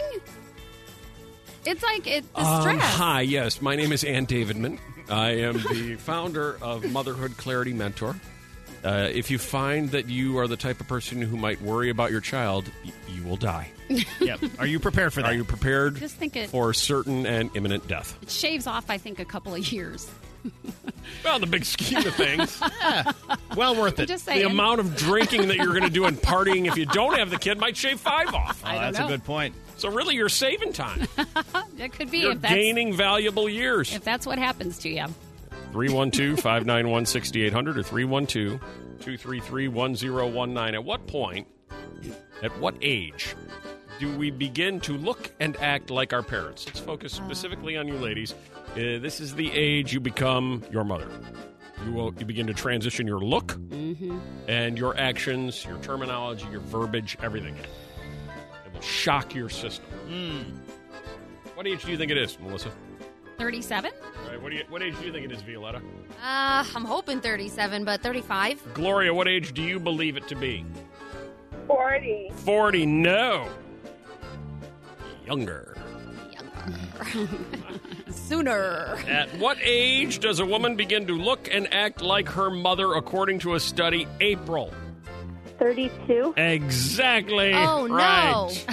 Speaker 2: It's like it, the
Speaker 1: Um,
Speaker 2: stress.
Speaker 1: hi, yes. My name is Ann Davidman. I am the founder of Motherhood Clarity Mentor. Uh, if you find that you are the type of person who might worry about your child, y- you will die.
Speaker 3: yep. Are you prepared for that?
Speaker 1: Are you prepared
Speaker 2: Just think it-
Speaker 1: for certain and imminent death?
Speaker 2: It shaves off, I think, a couple of years.
Speaker 1: Well, in the big scheme of things,
Speaker 3: well worth
Speaker 2: I'm just
Speaker 1: The
Speaker 2: saying.
Speaker 1: amount of drinking that you're going to do and partying if you don't have the kid might shave five off.
Speaker 2: I don't that's a know. good
Speaker 3: point.
Speaker 1: So really, you're saving time.
Speaker 2: That could be
Speaker 1: You're
Speaker 2: if that's
Speaker 1: gaining valuable years.
Speaker 2: if that's what happens to you.
Speaker 1: 312 591 6800 or 312 233 1019. At what point, at what age, do we begin to look and act like our parents? Let's focus specifically on you ladies. Uh, this is the age you become your mother. You, will, you begin to transition your look and your actions, your terminology, your verbiage, everything. It will shock your system. What age do you think it is, Melissa?
Speaker 4: Thirty-seven.
Speaker 1: All right, what, do you, what age do you think it is, Violetta?
Speaker 4: Uh, I'm hoping thirty-seven, but thirty-five.
Speaker 1: Gloria, what age do you believe it to be?
Speaker 8: Forty.
Speaker 1: 40, no. Younger.
Speaker 4: Sooner.
Speaker 1: At what age does a woman begin to look and act like her mother, according to a study? April.
Speaker 16: 32.
Speaker 1: Exactly.
Speaker 16: Oh, no.
Speaker 1: right.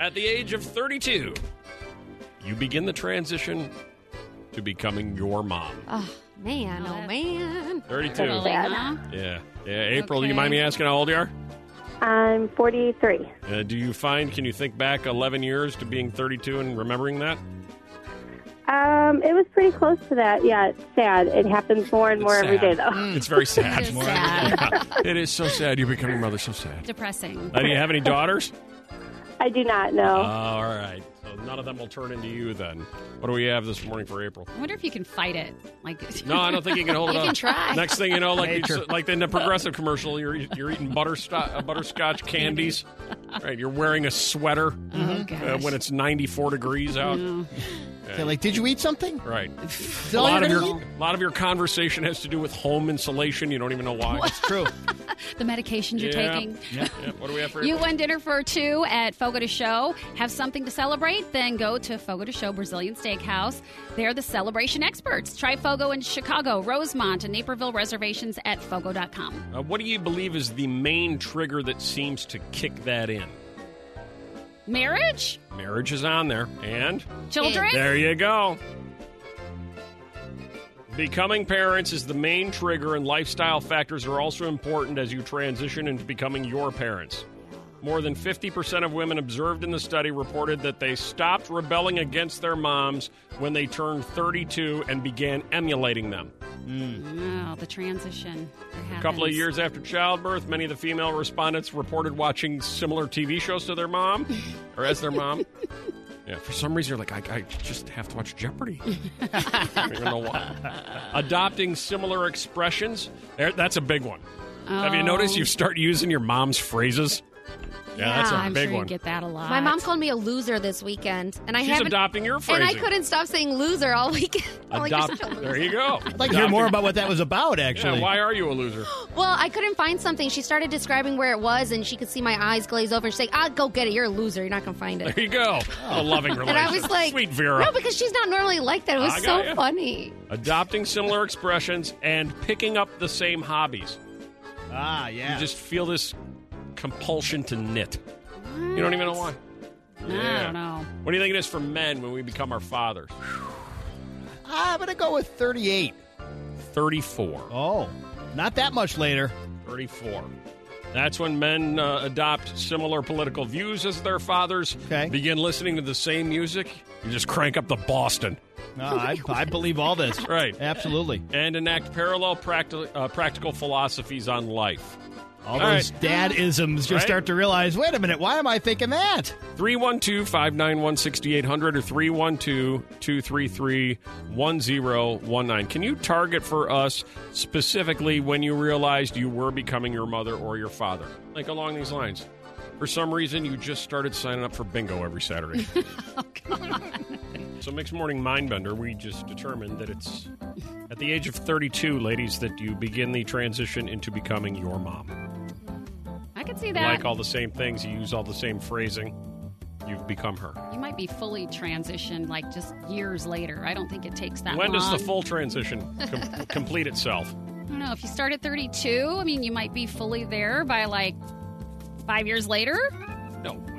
Speaker 1: At the age of 32, you begin the transition to becoming your mom.
Speaker 4: Oh man, oh man.
Speaker 1: 32. Yeah. Yeah, April, do you mind me asking how old you are?
Speaker 16: I'm 43.
Speaker 1: Uh, do you find, can you think back 11 years to being 32 and remembering that?
Speaker 16: Um, it was pretty close to that. Yeah, it's sad. It happens more and more
Speaker 1: It's
Speaker 16: every
Speaker 1: sad. Mm.
Speaker 16: day, though.
Speaker 1: It's very sad.
Speaker 16: It is
Speaker 2: Ah,
Speaker 1: Yeah. it is so sad. You're becoming a mother. So sad.
Speaker 2: Depressing.
Speaker 1: Uh, do you have any daughters?
Speaker 16: I do not know.
Speaker 1: All right. So none of them will turn into you then. What do we have this morning for April?
Speaker 2: I wonder if you can fight it. Like
Speaker 1: No, I don't think you can hold it
Speaker 2: You
Speaker 1: up.
Speaker 2: can try.
Speaker 1: Next thing you know, like you,
Speaker 3: Nature.
Speaker 1: like in the progressive commercial, you're you're eating buttersto- uh, butterscotch candies. Right, you're wearing a sweater uh,
Speaker 2: oh, Mm-hmm.
Speaker 3: gosh.
Speaker 1: when it's 94 degrees out.
Speaker 3: They're like, did you eat something?
Speaker 1: Right.
Speaker 3: all
Speaker 1: lot of
Speaker 3: you're
Speaker 1: your
Speaker 3: gonna
Speaker 1: a lot of your conversation has to do with home insulation. You don't even know why.
Speaker 3: It's true.
Speaker 2: the medications you're
Speaker 1: Yeah.
Speaker 2: taking.
Speaker 1: Yeah. Yeah. What do we have for
Speaker 2: You
Speaker 1: April?
Speaker 2: won dinner for two at Fogo de Show. Have something to celebrate? Then go to Fogo de Show Brazilian Steakhouse. They're the celebration experts. Try Fogo in Chicago, Rosemont, and Naperville reservations at Fogo.com.
Speaker 1: Uh, what do you believe is the main trigger that seems to kick that in?
Speaker 2: Marriage?
Speaker 1: Marriage is on there. And?
Speaker 2: Children?
Speaker 1: There you go. Becoming parents is the main trigger, and lifestyle factors are also important as you transition into becoming your parents. More than 50% of women observed in the study reported that they stopped rebelling against their moms when they turned 32 and began emulating them.
Speaker 2: Wow, Oh, the transition. that
Speaker 1: A
Speaker 2: happens.
Speaker 1: couple of years after childbirth, many of the female respondents reported watching similar TV shows to their mom or as their mom. Yeah, for some reason, you're like, I, I just have to watch Jeopardy. I don't even know why. Adopting similar expressions. There, that's a big one. Have you noticed
Speaker 4: Oh.
Speaker 1: you start using your mom's phrases? Yeah,
Speaker 2: Oh,
Speaker 1: that's a
Speaker 4: Yeah, I'm
Speaker 1: big
Speaker 4: sure you
Speaker 1: one.
Speaker 2: get that a lot.
Speaker 4: My mom called me a loser this weekend, and I
Speaker 1: She's
Speaker 4: haven't.
Speaker 1: adopting your
Speaker 4: and I
Speaker 1: phrasing.
Speaker 4: couldn't stop saying loser all weekend. I'm like, "You're
Speaker 1: Adopt-
Speaker 4: such a
Speaker 1: there you go.
Speaker 3: I'd like to hear more about what that was about,
Speaker 1: Yeah,
Speaker 3: actually.
Speaker 1: why are you a loser?
Speaker 4: Well, I couldn't find something. She started describing where it was, and she could see my eyes glaze over. And she's like, "Ah, go get it. You're a loser. You're not gonna find
Speaker 1: There
Speaker 4: it."
Speaker 1: you go. A loving
Speaker 4: And
Speaker 1: relationship.
Speaker 4: I was like,
Speaker 1: sweet Vera.
Speaker 4: No, because she's not normally like that. It
Speaker 1: I
Speaker 4: was
Speaker 1: got
Speaker 4: so
Speaker 1: ya.
Speaker 4: funny.
Speaker 1: adopting similar expressions and picking up the same hobbies.
Speaker 3: Ah, yeah.
Speaker 1: You just feel this compulsion to knit. You don't even know why.
Speaker 2: I don't know.
Speaker 1: What do you think it is for men when we become our fathers?
Speaker 3: Ah, I'm going to go with 38.
Speaker 1: 34.
Speaker 3: Oh, not that much later.
Speaker 1: 34. That's when men uh, adopt similar political views as their fathers. Okay. Begin listening to the same music. You just crank up the Boston.
Speaker 3: No, Ah, I, I believe all this.
Speaker 1: Right.
Speaker 3: Absolutely.
Speaker 1: And enact parallel practi- uh, practical philosophies on life.
Speaker 3: All, those dad isms, you'll
Speaker 1: Right?
Speaker 3: start to realize wait a minute, why am I thinking that?
Speaker 1: 312 591 6800 or 312 233 1019. Can you target for us specifically when you realized you were becoming your mother or your father? Like along these lines. For some reason, you just started signing up for bingo every Saturday. So, Mixed Morning Mindbender, we just determined that it's at the age of 32, ladies, that you begin the transition into becoming your mom.
Speaker 2: I could see
Speaker 1: You
Speaker 2: that.
Speaker 1: like all the same things, you use all the same phrasing, you've become her.
Speaker 2: you might be fully transitioned like just years later. I don't think it takes that
Speaker 1: when
Speaker 2: long.
Speaker 1: does the full transition com- complete itself?
Speaker 2: I don't know. If you start at 32, I mean, you might be fully there by like five years later.
Speaker 1: No way.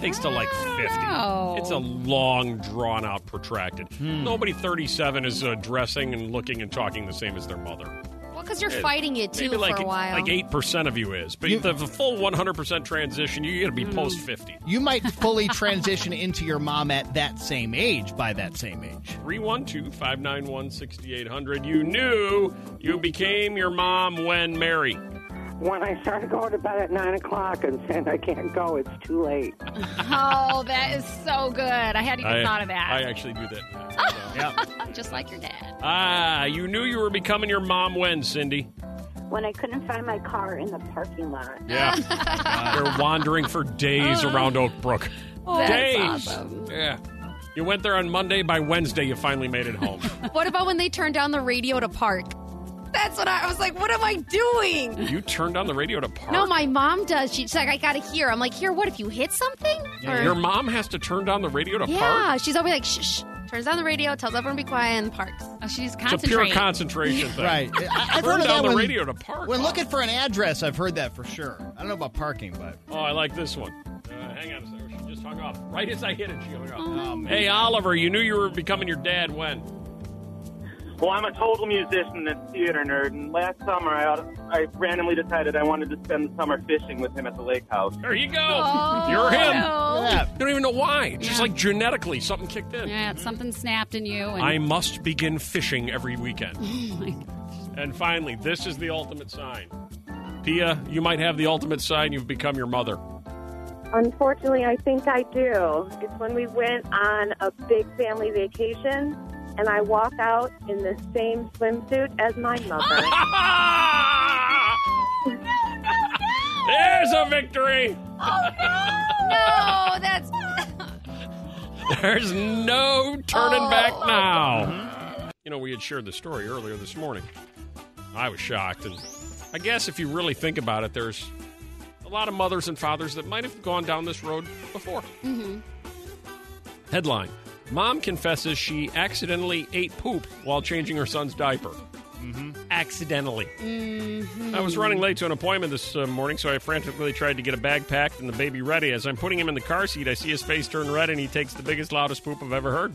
Speaker 1: Takes to like 50.
Speaker 2: know.
Speaker 1: It's a long, drawn out, protracted. Nobody 37 is uh, dressing and looking and talking the same as their mother.
Speaker 4: Well, because you're
Speaker 1: Yeah,
Speaker 4: fighting it too
Speaker 1: Maybe like,
Speaker 4: for a while.
Speaker 1: like 8% of you is. But the, the full 100% transition, you got to be post 50.
Speaker 3: You might fully transition into your mom at that same age by that same age.
Speaker 1: 312 591 6800. You knew you became your mom when Mary.
Speaker 17: When I started going to bed at 9 o'clock and said, I can't go, it's too late.
Speaker 2: oh, that is so good. I hadn't even thought of that.
Speaker 1: I actually do that.
Speaker 2: just like your dad.
Speaker 1: Ah, you knew you were becoming your mom when, Cindy?
Speaker 8: When I couldn't find my car in the parking lot.
Speaker 1: Yeah. They're wandering for days around Oak Brook.
Speaker 4: Oh, that's
Speaker 1: days. Yeah. You went there on Monday. By Wednesday, you finally made it home.
Speaker 4: what about when they turn down the radio to park? That's what I, I was like. What am I doing?
Speaker 1: you turned on the radio to park.
Speaker 4: No, my mom does. She's like, I gotta hear. I'm like, here. What if you hit something? Or-
Speaker 1: Your mom has to turn down the radio to
Speaker 4: yeah,
Speaker 1: park?
Speaker 4: she's always like, shh, shh. Turns down the radio, tells everyone to be quiet, and parks.
Speaker 2: Oh, she's
Speaker 1: It's a pure concentration thing.
Speaker 3: Right. I- I've
Speaker 1: turn
Speaker 3: heard of
Speaker 1: down
Speaker 3: that
Speaker 1: the
Speaker 3: when-
Speaker 1: radio to park.
Speaker 3: When looking for an address, I've heard that for sure. I don't know about parking, but.
Speaker 1: Oh, I like this one. Uh, hang on a second. She just hung up. Right as I hit it, she hung up.
Speaker 4: Oh,
Speaker 1: Hey, Oliver, you knew you were becoming your dad when?
Speaker 18: Well, I'm a total musician and theater nerd, and last summer I, I randomly decided I wanted to spend the summer fishing with him at the lake house.
Speaker 1: There you go.
Speaker 2: Oh,
Speaker 1: You're him.
Speaker 2: no.
Speaker 1: Yeah. You don't even know why. It's Just like genetically, something kicked in.
Speaker 2: Yeah, it's something snapped in you. And
Speaker 1: I must begin fishing every weekend.
Speaker 2: Oh, my God.
Speaker 1: and finally, this is the ultimate sign. Pia, you might have the ultimate sign you've become your mother.
Speaker 16: Unfortunately, I think I do. It's when we went on a big family vacation and I walk out in the same swimsuit as my mother.
Speaker 1: There's a victory.
Speaker 4: No, that's
Speaker 1: There's no turning
Speaker 4: Oh.
Speaker 1: back now. You know, we had shared the story earlier this morning. I was shocked. And I guess if you really think about it, there's a lot of mothers and fathers that might have gone down this road before.
Speaker 2: Mhm.
Speaker 1: Headline Mom confesses she accidentally ate poop while changing her son's diaper.
Speaker 2: Mm-hmm.
Speaker 1: Accidentally. I was running late to an appointment this uh, morning, so I frantically tried to get a bag packed and the baby ready. As I'm putting him in the car seat, I see his face turn red and he takes the biggest, loudest poop I've ever heard.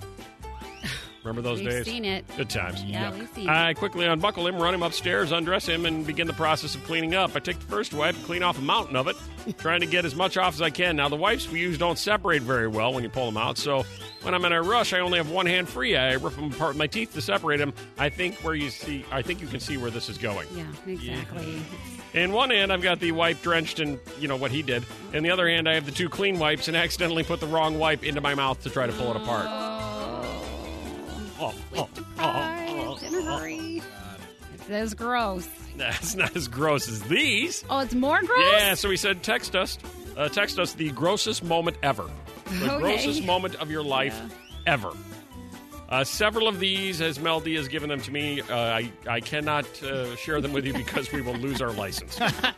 Speaker 1: Remember those
Speaker 2: We've
Speaker 1: days?
Speaker 2: seen it.
Speaker 1: Good times.
Speaker 2: Yeah, we've seen it.
Speaker 1: I quickly unbuckle him, run him upstairs, undress him, and begin the process of cleaning up. I take the first wipe, clean off a mountain of it, trying to get as much off as I can. Now, the wipes we use don't separate very well when you pull them out, so when I'm in a rush, I only have one hand free. I rip them apart with my teeth to separate them. I think where you see, I think you can see where this is going.
Speaker 2: Yeah, exactly.
Speaker 1: In one hand, I've got the wipe drenched in, you know, what he did. In the other hand, I have the two clean wipes and accidentally put the wrong wipe into my mouth to try to pull it apart. Oh, oh, oh,
Speaker 2: It's in a hurry. That is gross.
Speaker 1: That's not as gross as these.
Speaker 2: Oh, it's more gross?
Speaker 1: Yeah, so he said, text us. Uh, text us the grossest moment ever. The
Speaker 2: Okay.
Speaker 1: grossest moment of your life ever. Uh, several of these, as Mel D has given them to me, uh, I, I cannot uh, share them with you because we will lose our license.
Speaker 2: Oh,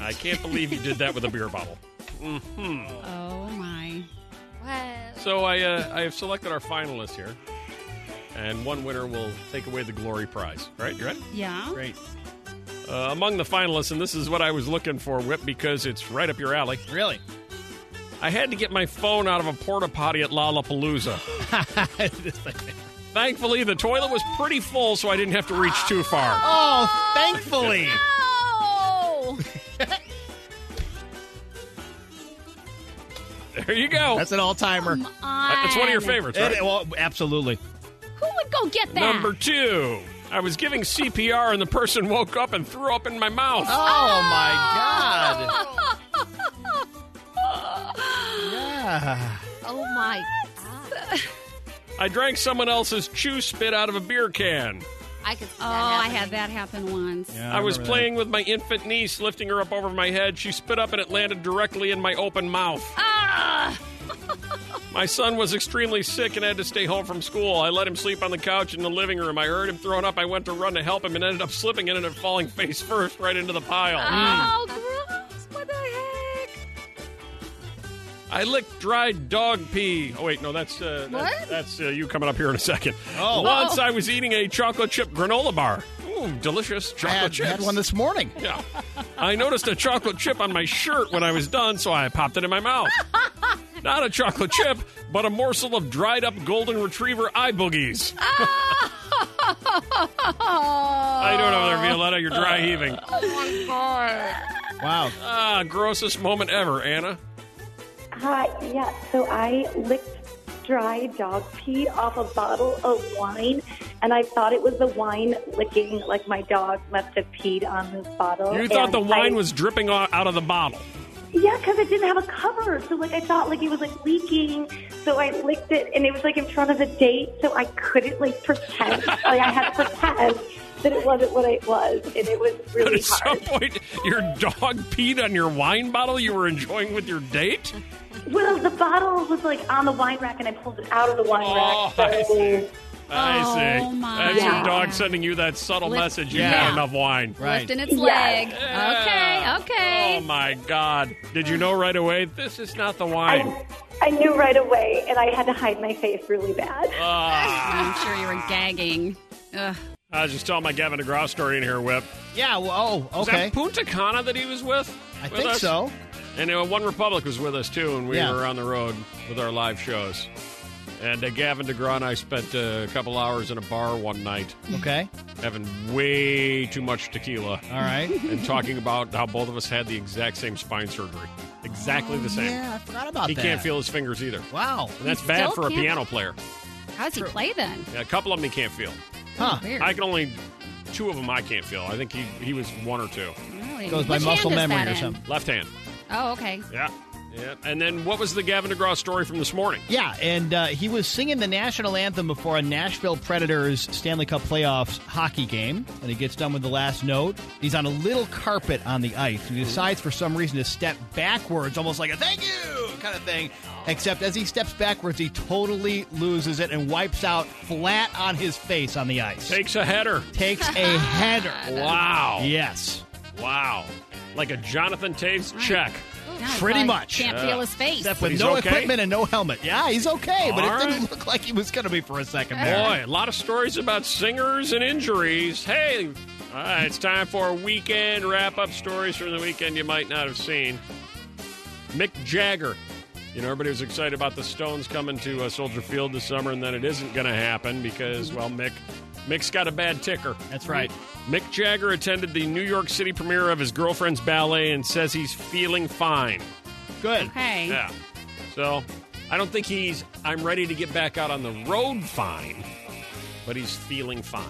Speaker 1: I can't believe you did that with a beer bottle. hmm
Speaker 2: Oh, my.
Speaker 1: So I, uh, I have selected our finalists here, and one winner will take away the glory prize. All right, you ready?
Speaker 2: Yeah.
Speaker 1: Great. Uh, among the finalists, and this is what I was looking for, Whip, because it's right up your alley.
Speaker 3: Really?
Speaker 1: I had to get my phone out of a porta potty at Lollapalooza. Thankfully, the toilet was pretty full, so I didn't have to reach too far.
Speaker 3: Oh, thankfully.
Speaker 2: Ew.
Speaker 1: There you go.
Speaker 3: That's an all timer.
Speaker 2: on. That's one of your favorites, right?
Speaker 3: It, well, absolutely.
Speaker 2: Who would go get that?
Speaker 1: Number two. I was giving CPR and the person woke up and threw up in my mouth.
Speaker 3: Oh, my God. Yeah.
Speaker 2: Oh my!
Speaker 1: I drank someone else's chew spit out of a beer can.
Speaker 2: I could. oh, I had that happen once.
Speaker 1: I, was playing with my infant niece, lifting her up over my head. She spit up and it landed directly in my open mouth.
Speaker 2: Ah!
Speaker 1: My son was extremely sick and had to stay home from school. I let him sleep on the couch in the living room. I heard him throwing up. I went to run to help him and ended up slipping in it and falling face first right into the pile.
Speaker 2: Oh, gross! What the heck?
Speaker 1: I licked dried dog pee. Oh wait, no, that's uh, that's,
Speaker 2: What?
Speaker 1: that's uh, you coming up here in a second.
Speaker 3: Oh.
Speaker 1: once
Speaker 3: Oh.
Speaker 1: I was eating a chocolate chip granola bar. Ooh, delicious chocolate
Speaker 3: I had,
Speaker 1: chips.
Speaker 3: had one this morning.
Speaker 1: Yeah. I noticed a chocolate chip on my shirt when I was done, so I popped it in my mouth. Not a chocolate chip, but a morsel of dried up golden retriever eye boogies. I don't know there, Violetta. You're dry heaving.
Speaker 2: Oh my god!
Speaker 3: Wow.
Speaker 1: Ah, grossest moment ever, Anna.
Speaker 19: Hi, Uh, yeah, so I licked dry dog pee off a bottle of wine, and I thought it was the wine licking, like my dog must have peed on this bottle.
Speaker 1: You thought
Speaker 19: and
Speaker 1: the wine
Speaker 19: I-
Speaker 1: was dripping o- out of the bottle.
Speaker 19: Yeah, because it didn't have a cover, so like I thought like it was like leaking, so I licked it, and it was like in front of a date, so I couldn't like pretend, like I had to pretend that it wasn't what it was, and it was
Speaker 1: But
Speaker 19: really
Speaker 1: at some
Speaker 19: hard.
Speaker 1: point, your dog peed on your wine bottle you were enjoying with your date?
Speaker 19: Well, the bottle was like on the wine rack, and I pulled it out of the wine
Speaker 1: Oh,
Speaker 19: rack. So
Speaker 1: I see. I
Speaker 19: Oh,
Speaker 1: see.
Speaker 19: my.
Speaker 1: That's your
Speaker 19: Yeah.
Speaker 1: dog sending you that subtle
Speaker 2: Lift-
Speaker 1: message. You
Speaker 2: Yeah.
Speaker 1: had enough wine.
Speaker 2: Lifting its leg. Okay, okay.
Speaker 1: Oh my God! Did you know right away? This is not the wine.
Speaker 19: I knew right away, and I had to hide my face really bad.
Speaker 1: Ah.
Speaker 2: I'm sure you were gagging. Ugh.
Speaker 1: I was just telling my Gavin DeGraw story in here, Whip.
Speaker 3: Yeah, well, oh,
Speaker 1: Was
Speaker 3: okay.
Speaker 1: that Punta Cana that he was with?
Speaker 3: I
Speaker 1: With
Speaker 3: think
Speaker 1: us?
Speaker 3: so.
Speaker 1: And uh, One Republic was with us too, and we
Speaker 3: Yeah.
Speaker 1: were on the road with our live shows. And uh, Gavin DeGraw and I spent uh, a couple hours in a bar one night,
Speaker 3: Okay.
Speaker 1: having way too much tequila.
Speaker 3: All right.
Speaker 1: and talking about how both of us had the exact same spine surgery, exactly the same.
Speaker 3: Yeah, I forgot about
Speaker 1: he
Speaker 3: that.
Speaker 1: can't feel his fingers either.
Speaker 3: Wow.
Speaker 1: And that's
Speaker 2: He
Speaker 1: bad
Speaker 2: still
Speaker 1: for a
Speaker 2: can't-
Speaker 1: piano player.
Speaker 2: How does he play then?
Speaker 1: Yeah, a couple of them he can't feel.
Speaker 3: Huh.
Speaker 2: Weird.
Speaker 1: I can only two of them I can't feel. I think he he was one or two.
Speaker 2: Really?
Speaker 3: Goes by
Speaker 2: Which
Speaker 3: muscle
Speaker 2: hand is
Speaker 3: memory
Speaker 2: that
Speaker 3: or
Speaker 2: in?
Speaker 3: something.
Speaker 1: Left hand.
Speaker 2: Oh, okay.
Speaker 1: Yeah. Yeah. And then what was the Gavin DeGraw story from this morning?
Speaker 3: Yeah, and uh, he was singing the national anthem before a Nashville Predators Stanley Cup playoffs hockey game. And he gets done with the last note. He's on a little carpet on the ice. He decides for some reason to step backwards, almost like a thank you kind of thing. Except as he steps backwards, he totally loses it and wipes out flat on his face on the ice.
Speaker 1: Takes a header.
Speaker 3: Takes a header.
Speaker 1: Wow.
Speaker 3: Yes.
Speaker 1: Wow. Like a Jonathan Taves check.
Speaker 2: God,
Speaker 3: Pretty
Speaker 2: probably
Speaker 3: much.
Speaker 2: Can't
Speaker 1: Yeah.
Speaker 2: feel his face.
Speaker 3: Except
Speaker 1: But
Speaker 3: with
Speaker 1: he's
Speaker 3: no
Speaker 1: okay?
Speaker 3: equipment and no helmet. Yeah, he's okay, but
Speaker 1: All
Speaker 3: it didn't
Speaker 1: right.
Speaker 3: look like he was going to be for a second there.
Speaker 1: Boy, a lot of stories about singers and injuries. Hey, all right, it's time for weekend wrap up stories from the weekend you might not have seen. Mick Jagger. You know, everybody was excited about the Stones coming to uh, Soldier Field this summer, and then it isn't going to happen because, well, Mick, Mick's got a bad ticker.
Speaker 3: That's right.
Speaker 1: Mick Jagger attended the New York City premiere of his girlfriend's ballet and says he's feeling fine.
Speaker 3: Good.
Speaker 2: Okay.
Speaker 1: Yeah. So I don't think he's I'm ready to get back out on the road fine, but he's feeling fine.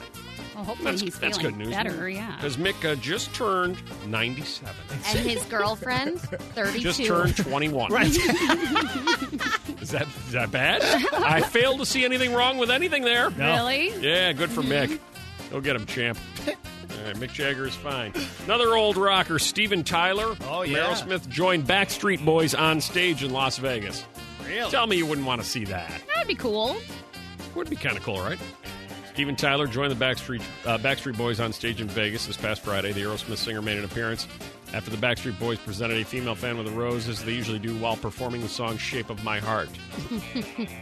Speaker 2: Well, hopefully
Speaker 1: That's,
Speaker 2: he's
Speaker 1: that's
Speaker 2: feeling
Speaker 1: good news.
Speaker 2: better. Yeah.
Speaker 1: Because Mick uh, just turned 97.
Speaker 4: And his girlfriend, 32.
Speaker 1: Just turned 21.
Speaker 3: Right.
Speaker 1: is, that, is that bad? I fail to see anything wrong with anything there.
Speaker 3: No.
Speaker 2: Really?
Speaker 1: Yeah, good for Mick. Go get him, champ. All right, Mick Jagger is fine. Another old rocker, Steven Tyler.
Speaker 3: Oh, yeah.
Speaker 1: Meryl Smith joined Backstreet Boys on stage in Las Vegas.
Speaker 3: Really?
Speaker 1: Tell me you wouldn't want to see that.
Speaker 2: That'd be cool.
Speaker 1: Would be kind of cool, right? Steven Tyler joined the Backstreet uh, Backstreet Boys on stage in Vegas this past Friday. The Aerosmith singer made an appearance after the Backstreet Boys presented a female fan with a rose, as they usually do while performing the song "Shape of My Heart."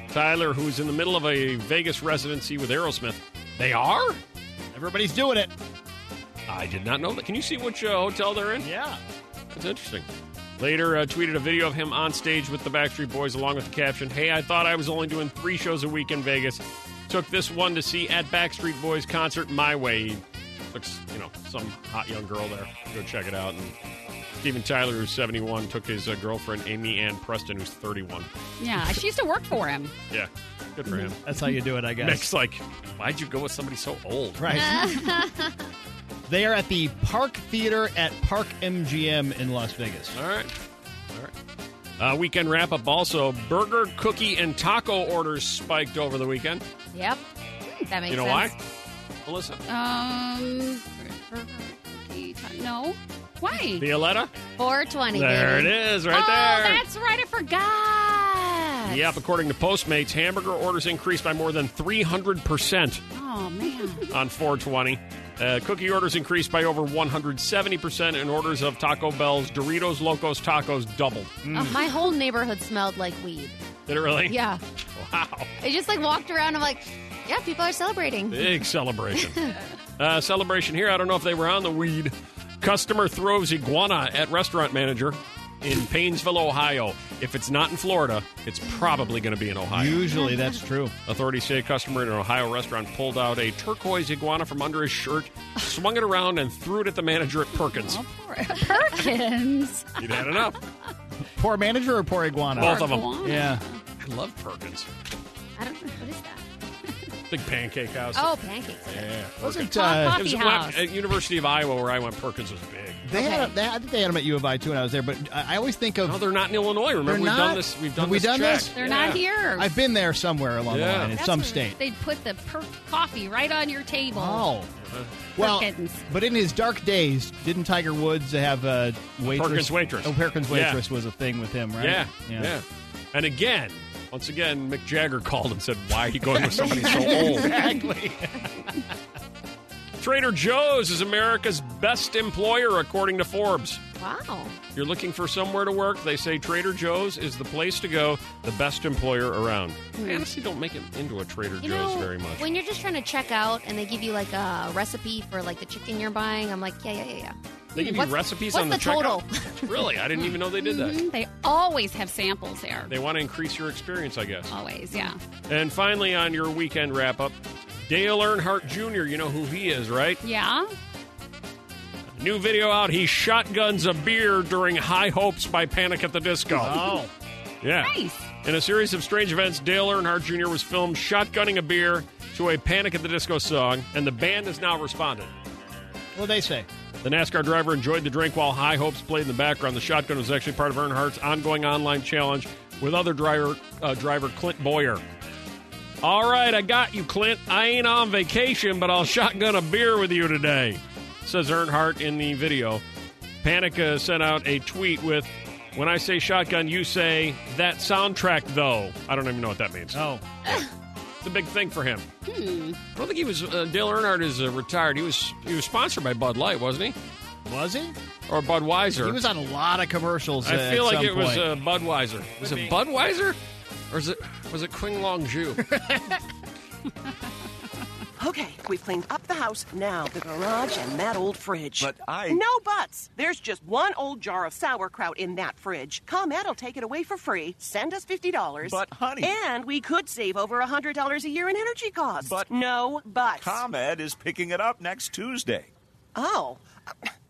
Speaker 1: Tyler, who's in the middle of a Vegas residency with Aerosmith, they are.
Speaker 3: Everybody's doing it.
Speaker 1: I did not know that. Can you see which uh, hotel they're in?
Speaker 3: Yeah.
Speaker 1: That's interesting. Later, uh, tweeted a video of him on stage with the Backstreet Boys, along with the caption, "Hey, I thought I was only doing three shows a week in Vegas. Took this one to see at Backstreet Boys concert my way." Looks, you know, some hot young girl there. Go check it out. And Steven Tyler, who's 71, took his uh, girlfriend, Amy Ann Preston, who's 31.
Speaker 2: Yeah, she used to work for him.
Speaker 1: Yeah, good for him.
Speaker 3: That's how you do it, I guess.
Speaker 1: Nick's like, why'd you go with somebody so old?
Speaker 3: Right. They are at the Park Theater at Park MGM in Las Vegas.
Speaker 1: All right. All right. Uh, weekend wrap up also burger, cookie, and taco orders spiked over the weekend.
Speaker 2: Yep. That makes
Speaker 1: you know
Speaker 2: sense.
Speaker 1: why? Melissa.
Speaker 2: why? Um, burger, cookie, ta- no. Why?
Speaker 1: Violetta?
Speaker 4: 420.
Speaker 1: There
Speaker 4: baby.
Speaker 1: it is, right
Speaker 4: oh,
Speaker 1: there.
Speaker 4: that's right. I forgot.
Speaker 1: Yep, according to Postmates, hamburger orders increased by more than 300%
Speaker 2: Oh, man.
Speaker 1: on 420. Uh, cookie orders increased by over 170%, and orders of Taco Bell's Doritos Locos Tacos doubled.
Speaker 4: Uh, my whole neighborhood smelled like weed.
Speaker 1: Did it really?
Speaker 4: Yeah.
Speaker 1: Wow.
Speaker 4: I just like walked around. I'm like, yeah, people are celebrating.
Speaker 1: Big celebration. uh, celebration here. I don't know if they were on the weed. Customer throws iguana at restaurant manager in Paynesville, Ohio. If it's not in Florida, it's probably going to be in Ohio.
Speaker 3: Usually that's true.
Speaker 1: Authorities say a customer at an Ohio restaurant pulled out a turquoise iguana from under his shirt, swung it around, and threw it at the manager at Perkins.
Speaker 2: Perkins.
Speaker 1: You'd had enough.
Speaker 3: Poor manager or poor iguana?
Speaker 1: Both of them.
Speaker 3: Yeah.
Speaker 1: I love Perkins.
Speaker 4: I don't know. What is that?
Speaker 1: Big pancake house.
Speaker 4: Oh, pancakes.
Speaker 1: Yeah.
Speaker 3: Wasn't,
Speaker 1: Perkins.
Speaker 3: uh,
Speaker 1: it was
Speaker 4: Coffee
Speaker 1: when I-
Speaker 4: house.
Speaker 1: at University of Iowa where I went. Perkins was big.
Speaker 3: They had, they, I think they had them at U of I too when I was there, but I I always think of.
Speaker 1: No, they're not in Illinois. Remember,
Speaker 3: They're
Speaker 1: we've
Speaker 3: not?
Speaker 1: done this. We've done
Speaker 3: Have we
Speaker 1: this.
Speaker 3: done
Speaker 1: check.
Speaker 3: this?
Speaker 2: They're not here.
Speaker 3: I've been there somewhere along
Speaker 1: Yeah.
Speaker 3: the line in
Speaker 2: That's
Speaker 3: some
Speaker 2: where
Speaker 3: state.
Speaker 2: They put the per- coffee right on your table.
Speaker 3: Oh. Well,
Speaker 2: Perkins.
Speaker 3: but in his dark days, didn't Tiger Woods have a waitress?
Speaker 1: Perkins waitress.
Speaker 3: Oh, Perkins
Speaker 1: Yeah.
Speaker 3: waitress was a thing with him, right?
Speaker 1: Yeah, yeah, And again, once again, Mick Jagger called and said, "Why are you going with somebody so old?"
Speaker 3: exactly.
Speaker 1: Trader Joe's is America's best employer, according to Forbes.
Speaker 4: Wow.
Speaker 1: If you're looking for somewhere to work, they say Trader Joe's is the place to go, the best employer around. I honestly don't make it into a Trader
Speaker 4: Hmm. You
Speaker 1: Joe's
Speaker 4: know,
Speaker 1: very much.
Speaker 4: when you're just trying to check out and they give you like a recipe for like the chicken you're buying, I'm like, yeah, yeah, yeah, yeah.
Speaker 1: They give you
Speaker 4: What's-
Speaker 1: recipes
Speaker 4: what's
Speaker 1: on
Speaker 4: the, total?
Speaker 1: checkout? really? I didn't even know they did that.
Speaker 2: Mhm, They always have samples there.
Speaker 1: They want to increase your experience, I guess.
Speaker 2: Always, yeah.
Speaker 1: And finally, on your weekend wrap up, Dale Earnhardt Jr., you know who he is, right?
Speaker 2: Yeah?
Speaker 1: New video out. He shotguns a beer during High Hopes by Panic at the Disco.
Speaker 3: Oh.
Speaker 1: Yeah.
Speaker 2: Nice.
Speaker 1: In a series of strange events, Dale Earnhardt Jr. was filmed shotgunning a beer to a Panic at the Disco song, and the band has now responded.
Speaker 3: What they say?
Speaker 1: The NASCAR driver enjoyed the drink while High Hopes played in the background. The shotgun was actually part of Earnhardt's ongoing online challenge with other driver uh, driver Clint Boyer. All right, I got you, Clint. I ain't on vacation, but I'll shotgun a beer with you today, says Earnhardt in the video. Panica sent out a tweet with, "When I say shotgun, you say that soundtrack though." I don't even know what that means.
Speaker 3: Oh,
Speaker 1: It's a big thing for him.
Speaker 2: Hmm.
Speaker 1: I don't think he was uh, Dale Earnhardt is uh, retired. He was he was sponsored by Bud Light, wasn't he?
Speaker 3: was he?
Speaker 1: Or Budweiser.
Speaker 3: He was on a lot of commercials. uh,
Speaker 1: I feel
Speaker 3: at
Speaker 1: like
Speaker 3: some
Speaker 1: it was
Speaker 3: point.
Speaker 1: uh, Budweiser. Was
Speaker 3: be.
Speaker 1: it Budweiser, or is it was it Qing Long Ju?
Speaker 13: Okay, we've cleaned up the house, now the garage and that old fridge.
Speaker 12: But I.
Speaker 13: No buts. There's just one old jar of sauerkraut in that fridge. ComEd will take it away for free. Send us $50.
Speaker 12: But, honey-
Speaker 13: And we could save over $100 a year in energy costs.
Speaker 12: But-
Speaker 13: No buts.
Speaker 12: ComEd is picking it up next Tuesday.
Speaker 13: oh.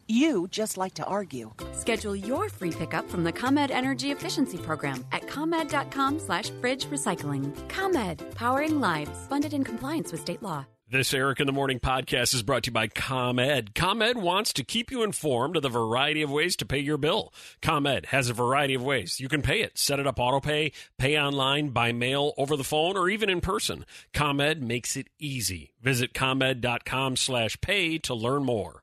Speaker 13: You just like to argue.
Speaker 14: Schedule your free pickup from the ComEd Energy Efficiency Program at ComEd.com slash fridge recycling. ComEd, powering lives, funded in compliance with state law.
Speaker 1: This Eric in the Morning podcast is brought to you by ComEd. ComEd wants to keep you informed of the variety of ways to pay your bill. ComEd has a variety of ways. You can pay it. Set it up auto pay, pay online, by mail, over the phone, or even in person. ComEd makes it easy. Visit ComEd.com slash pay to learn more.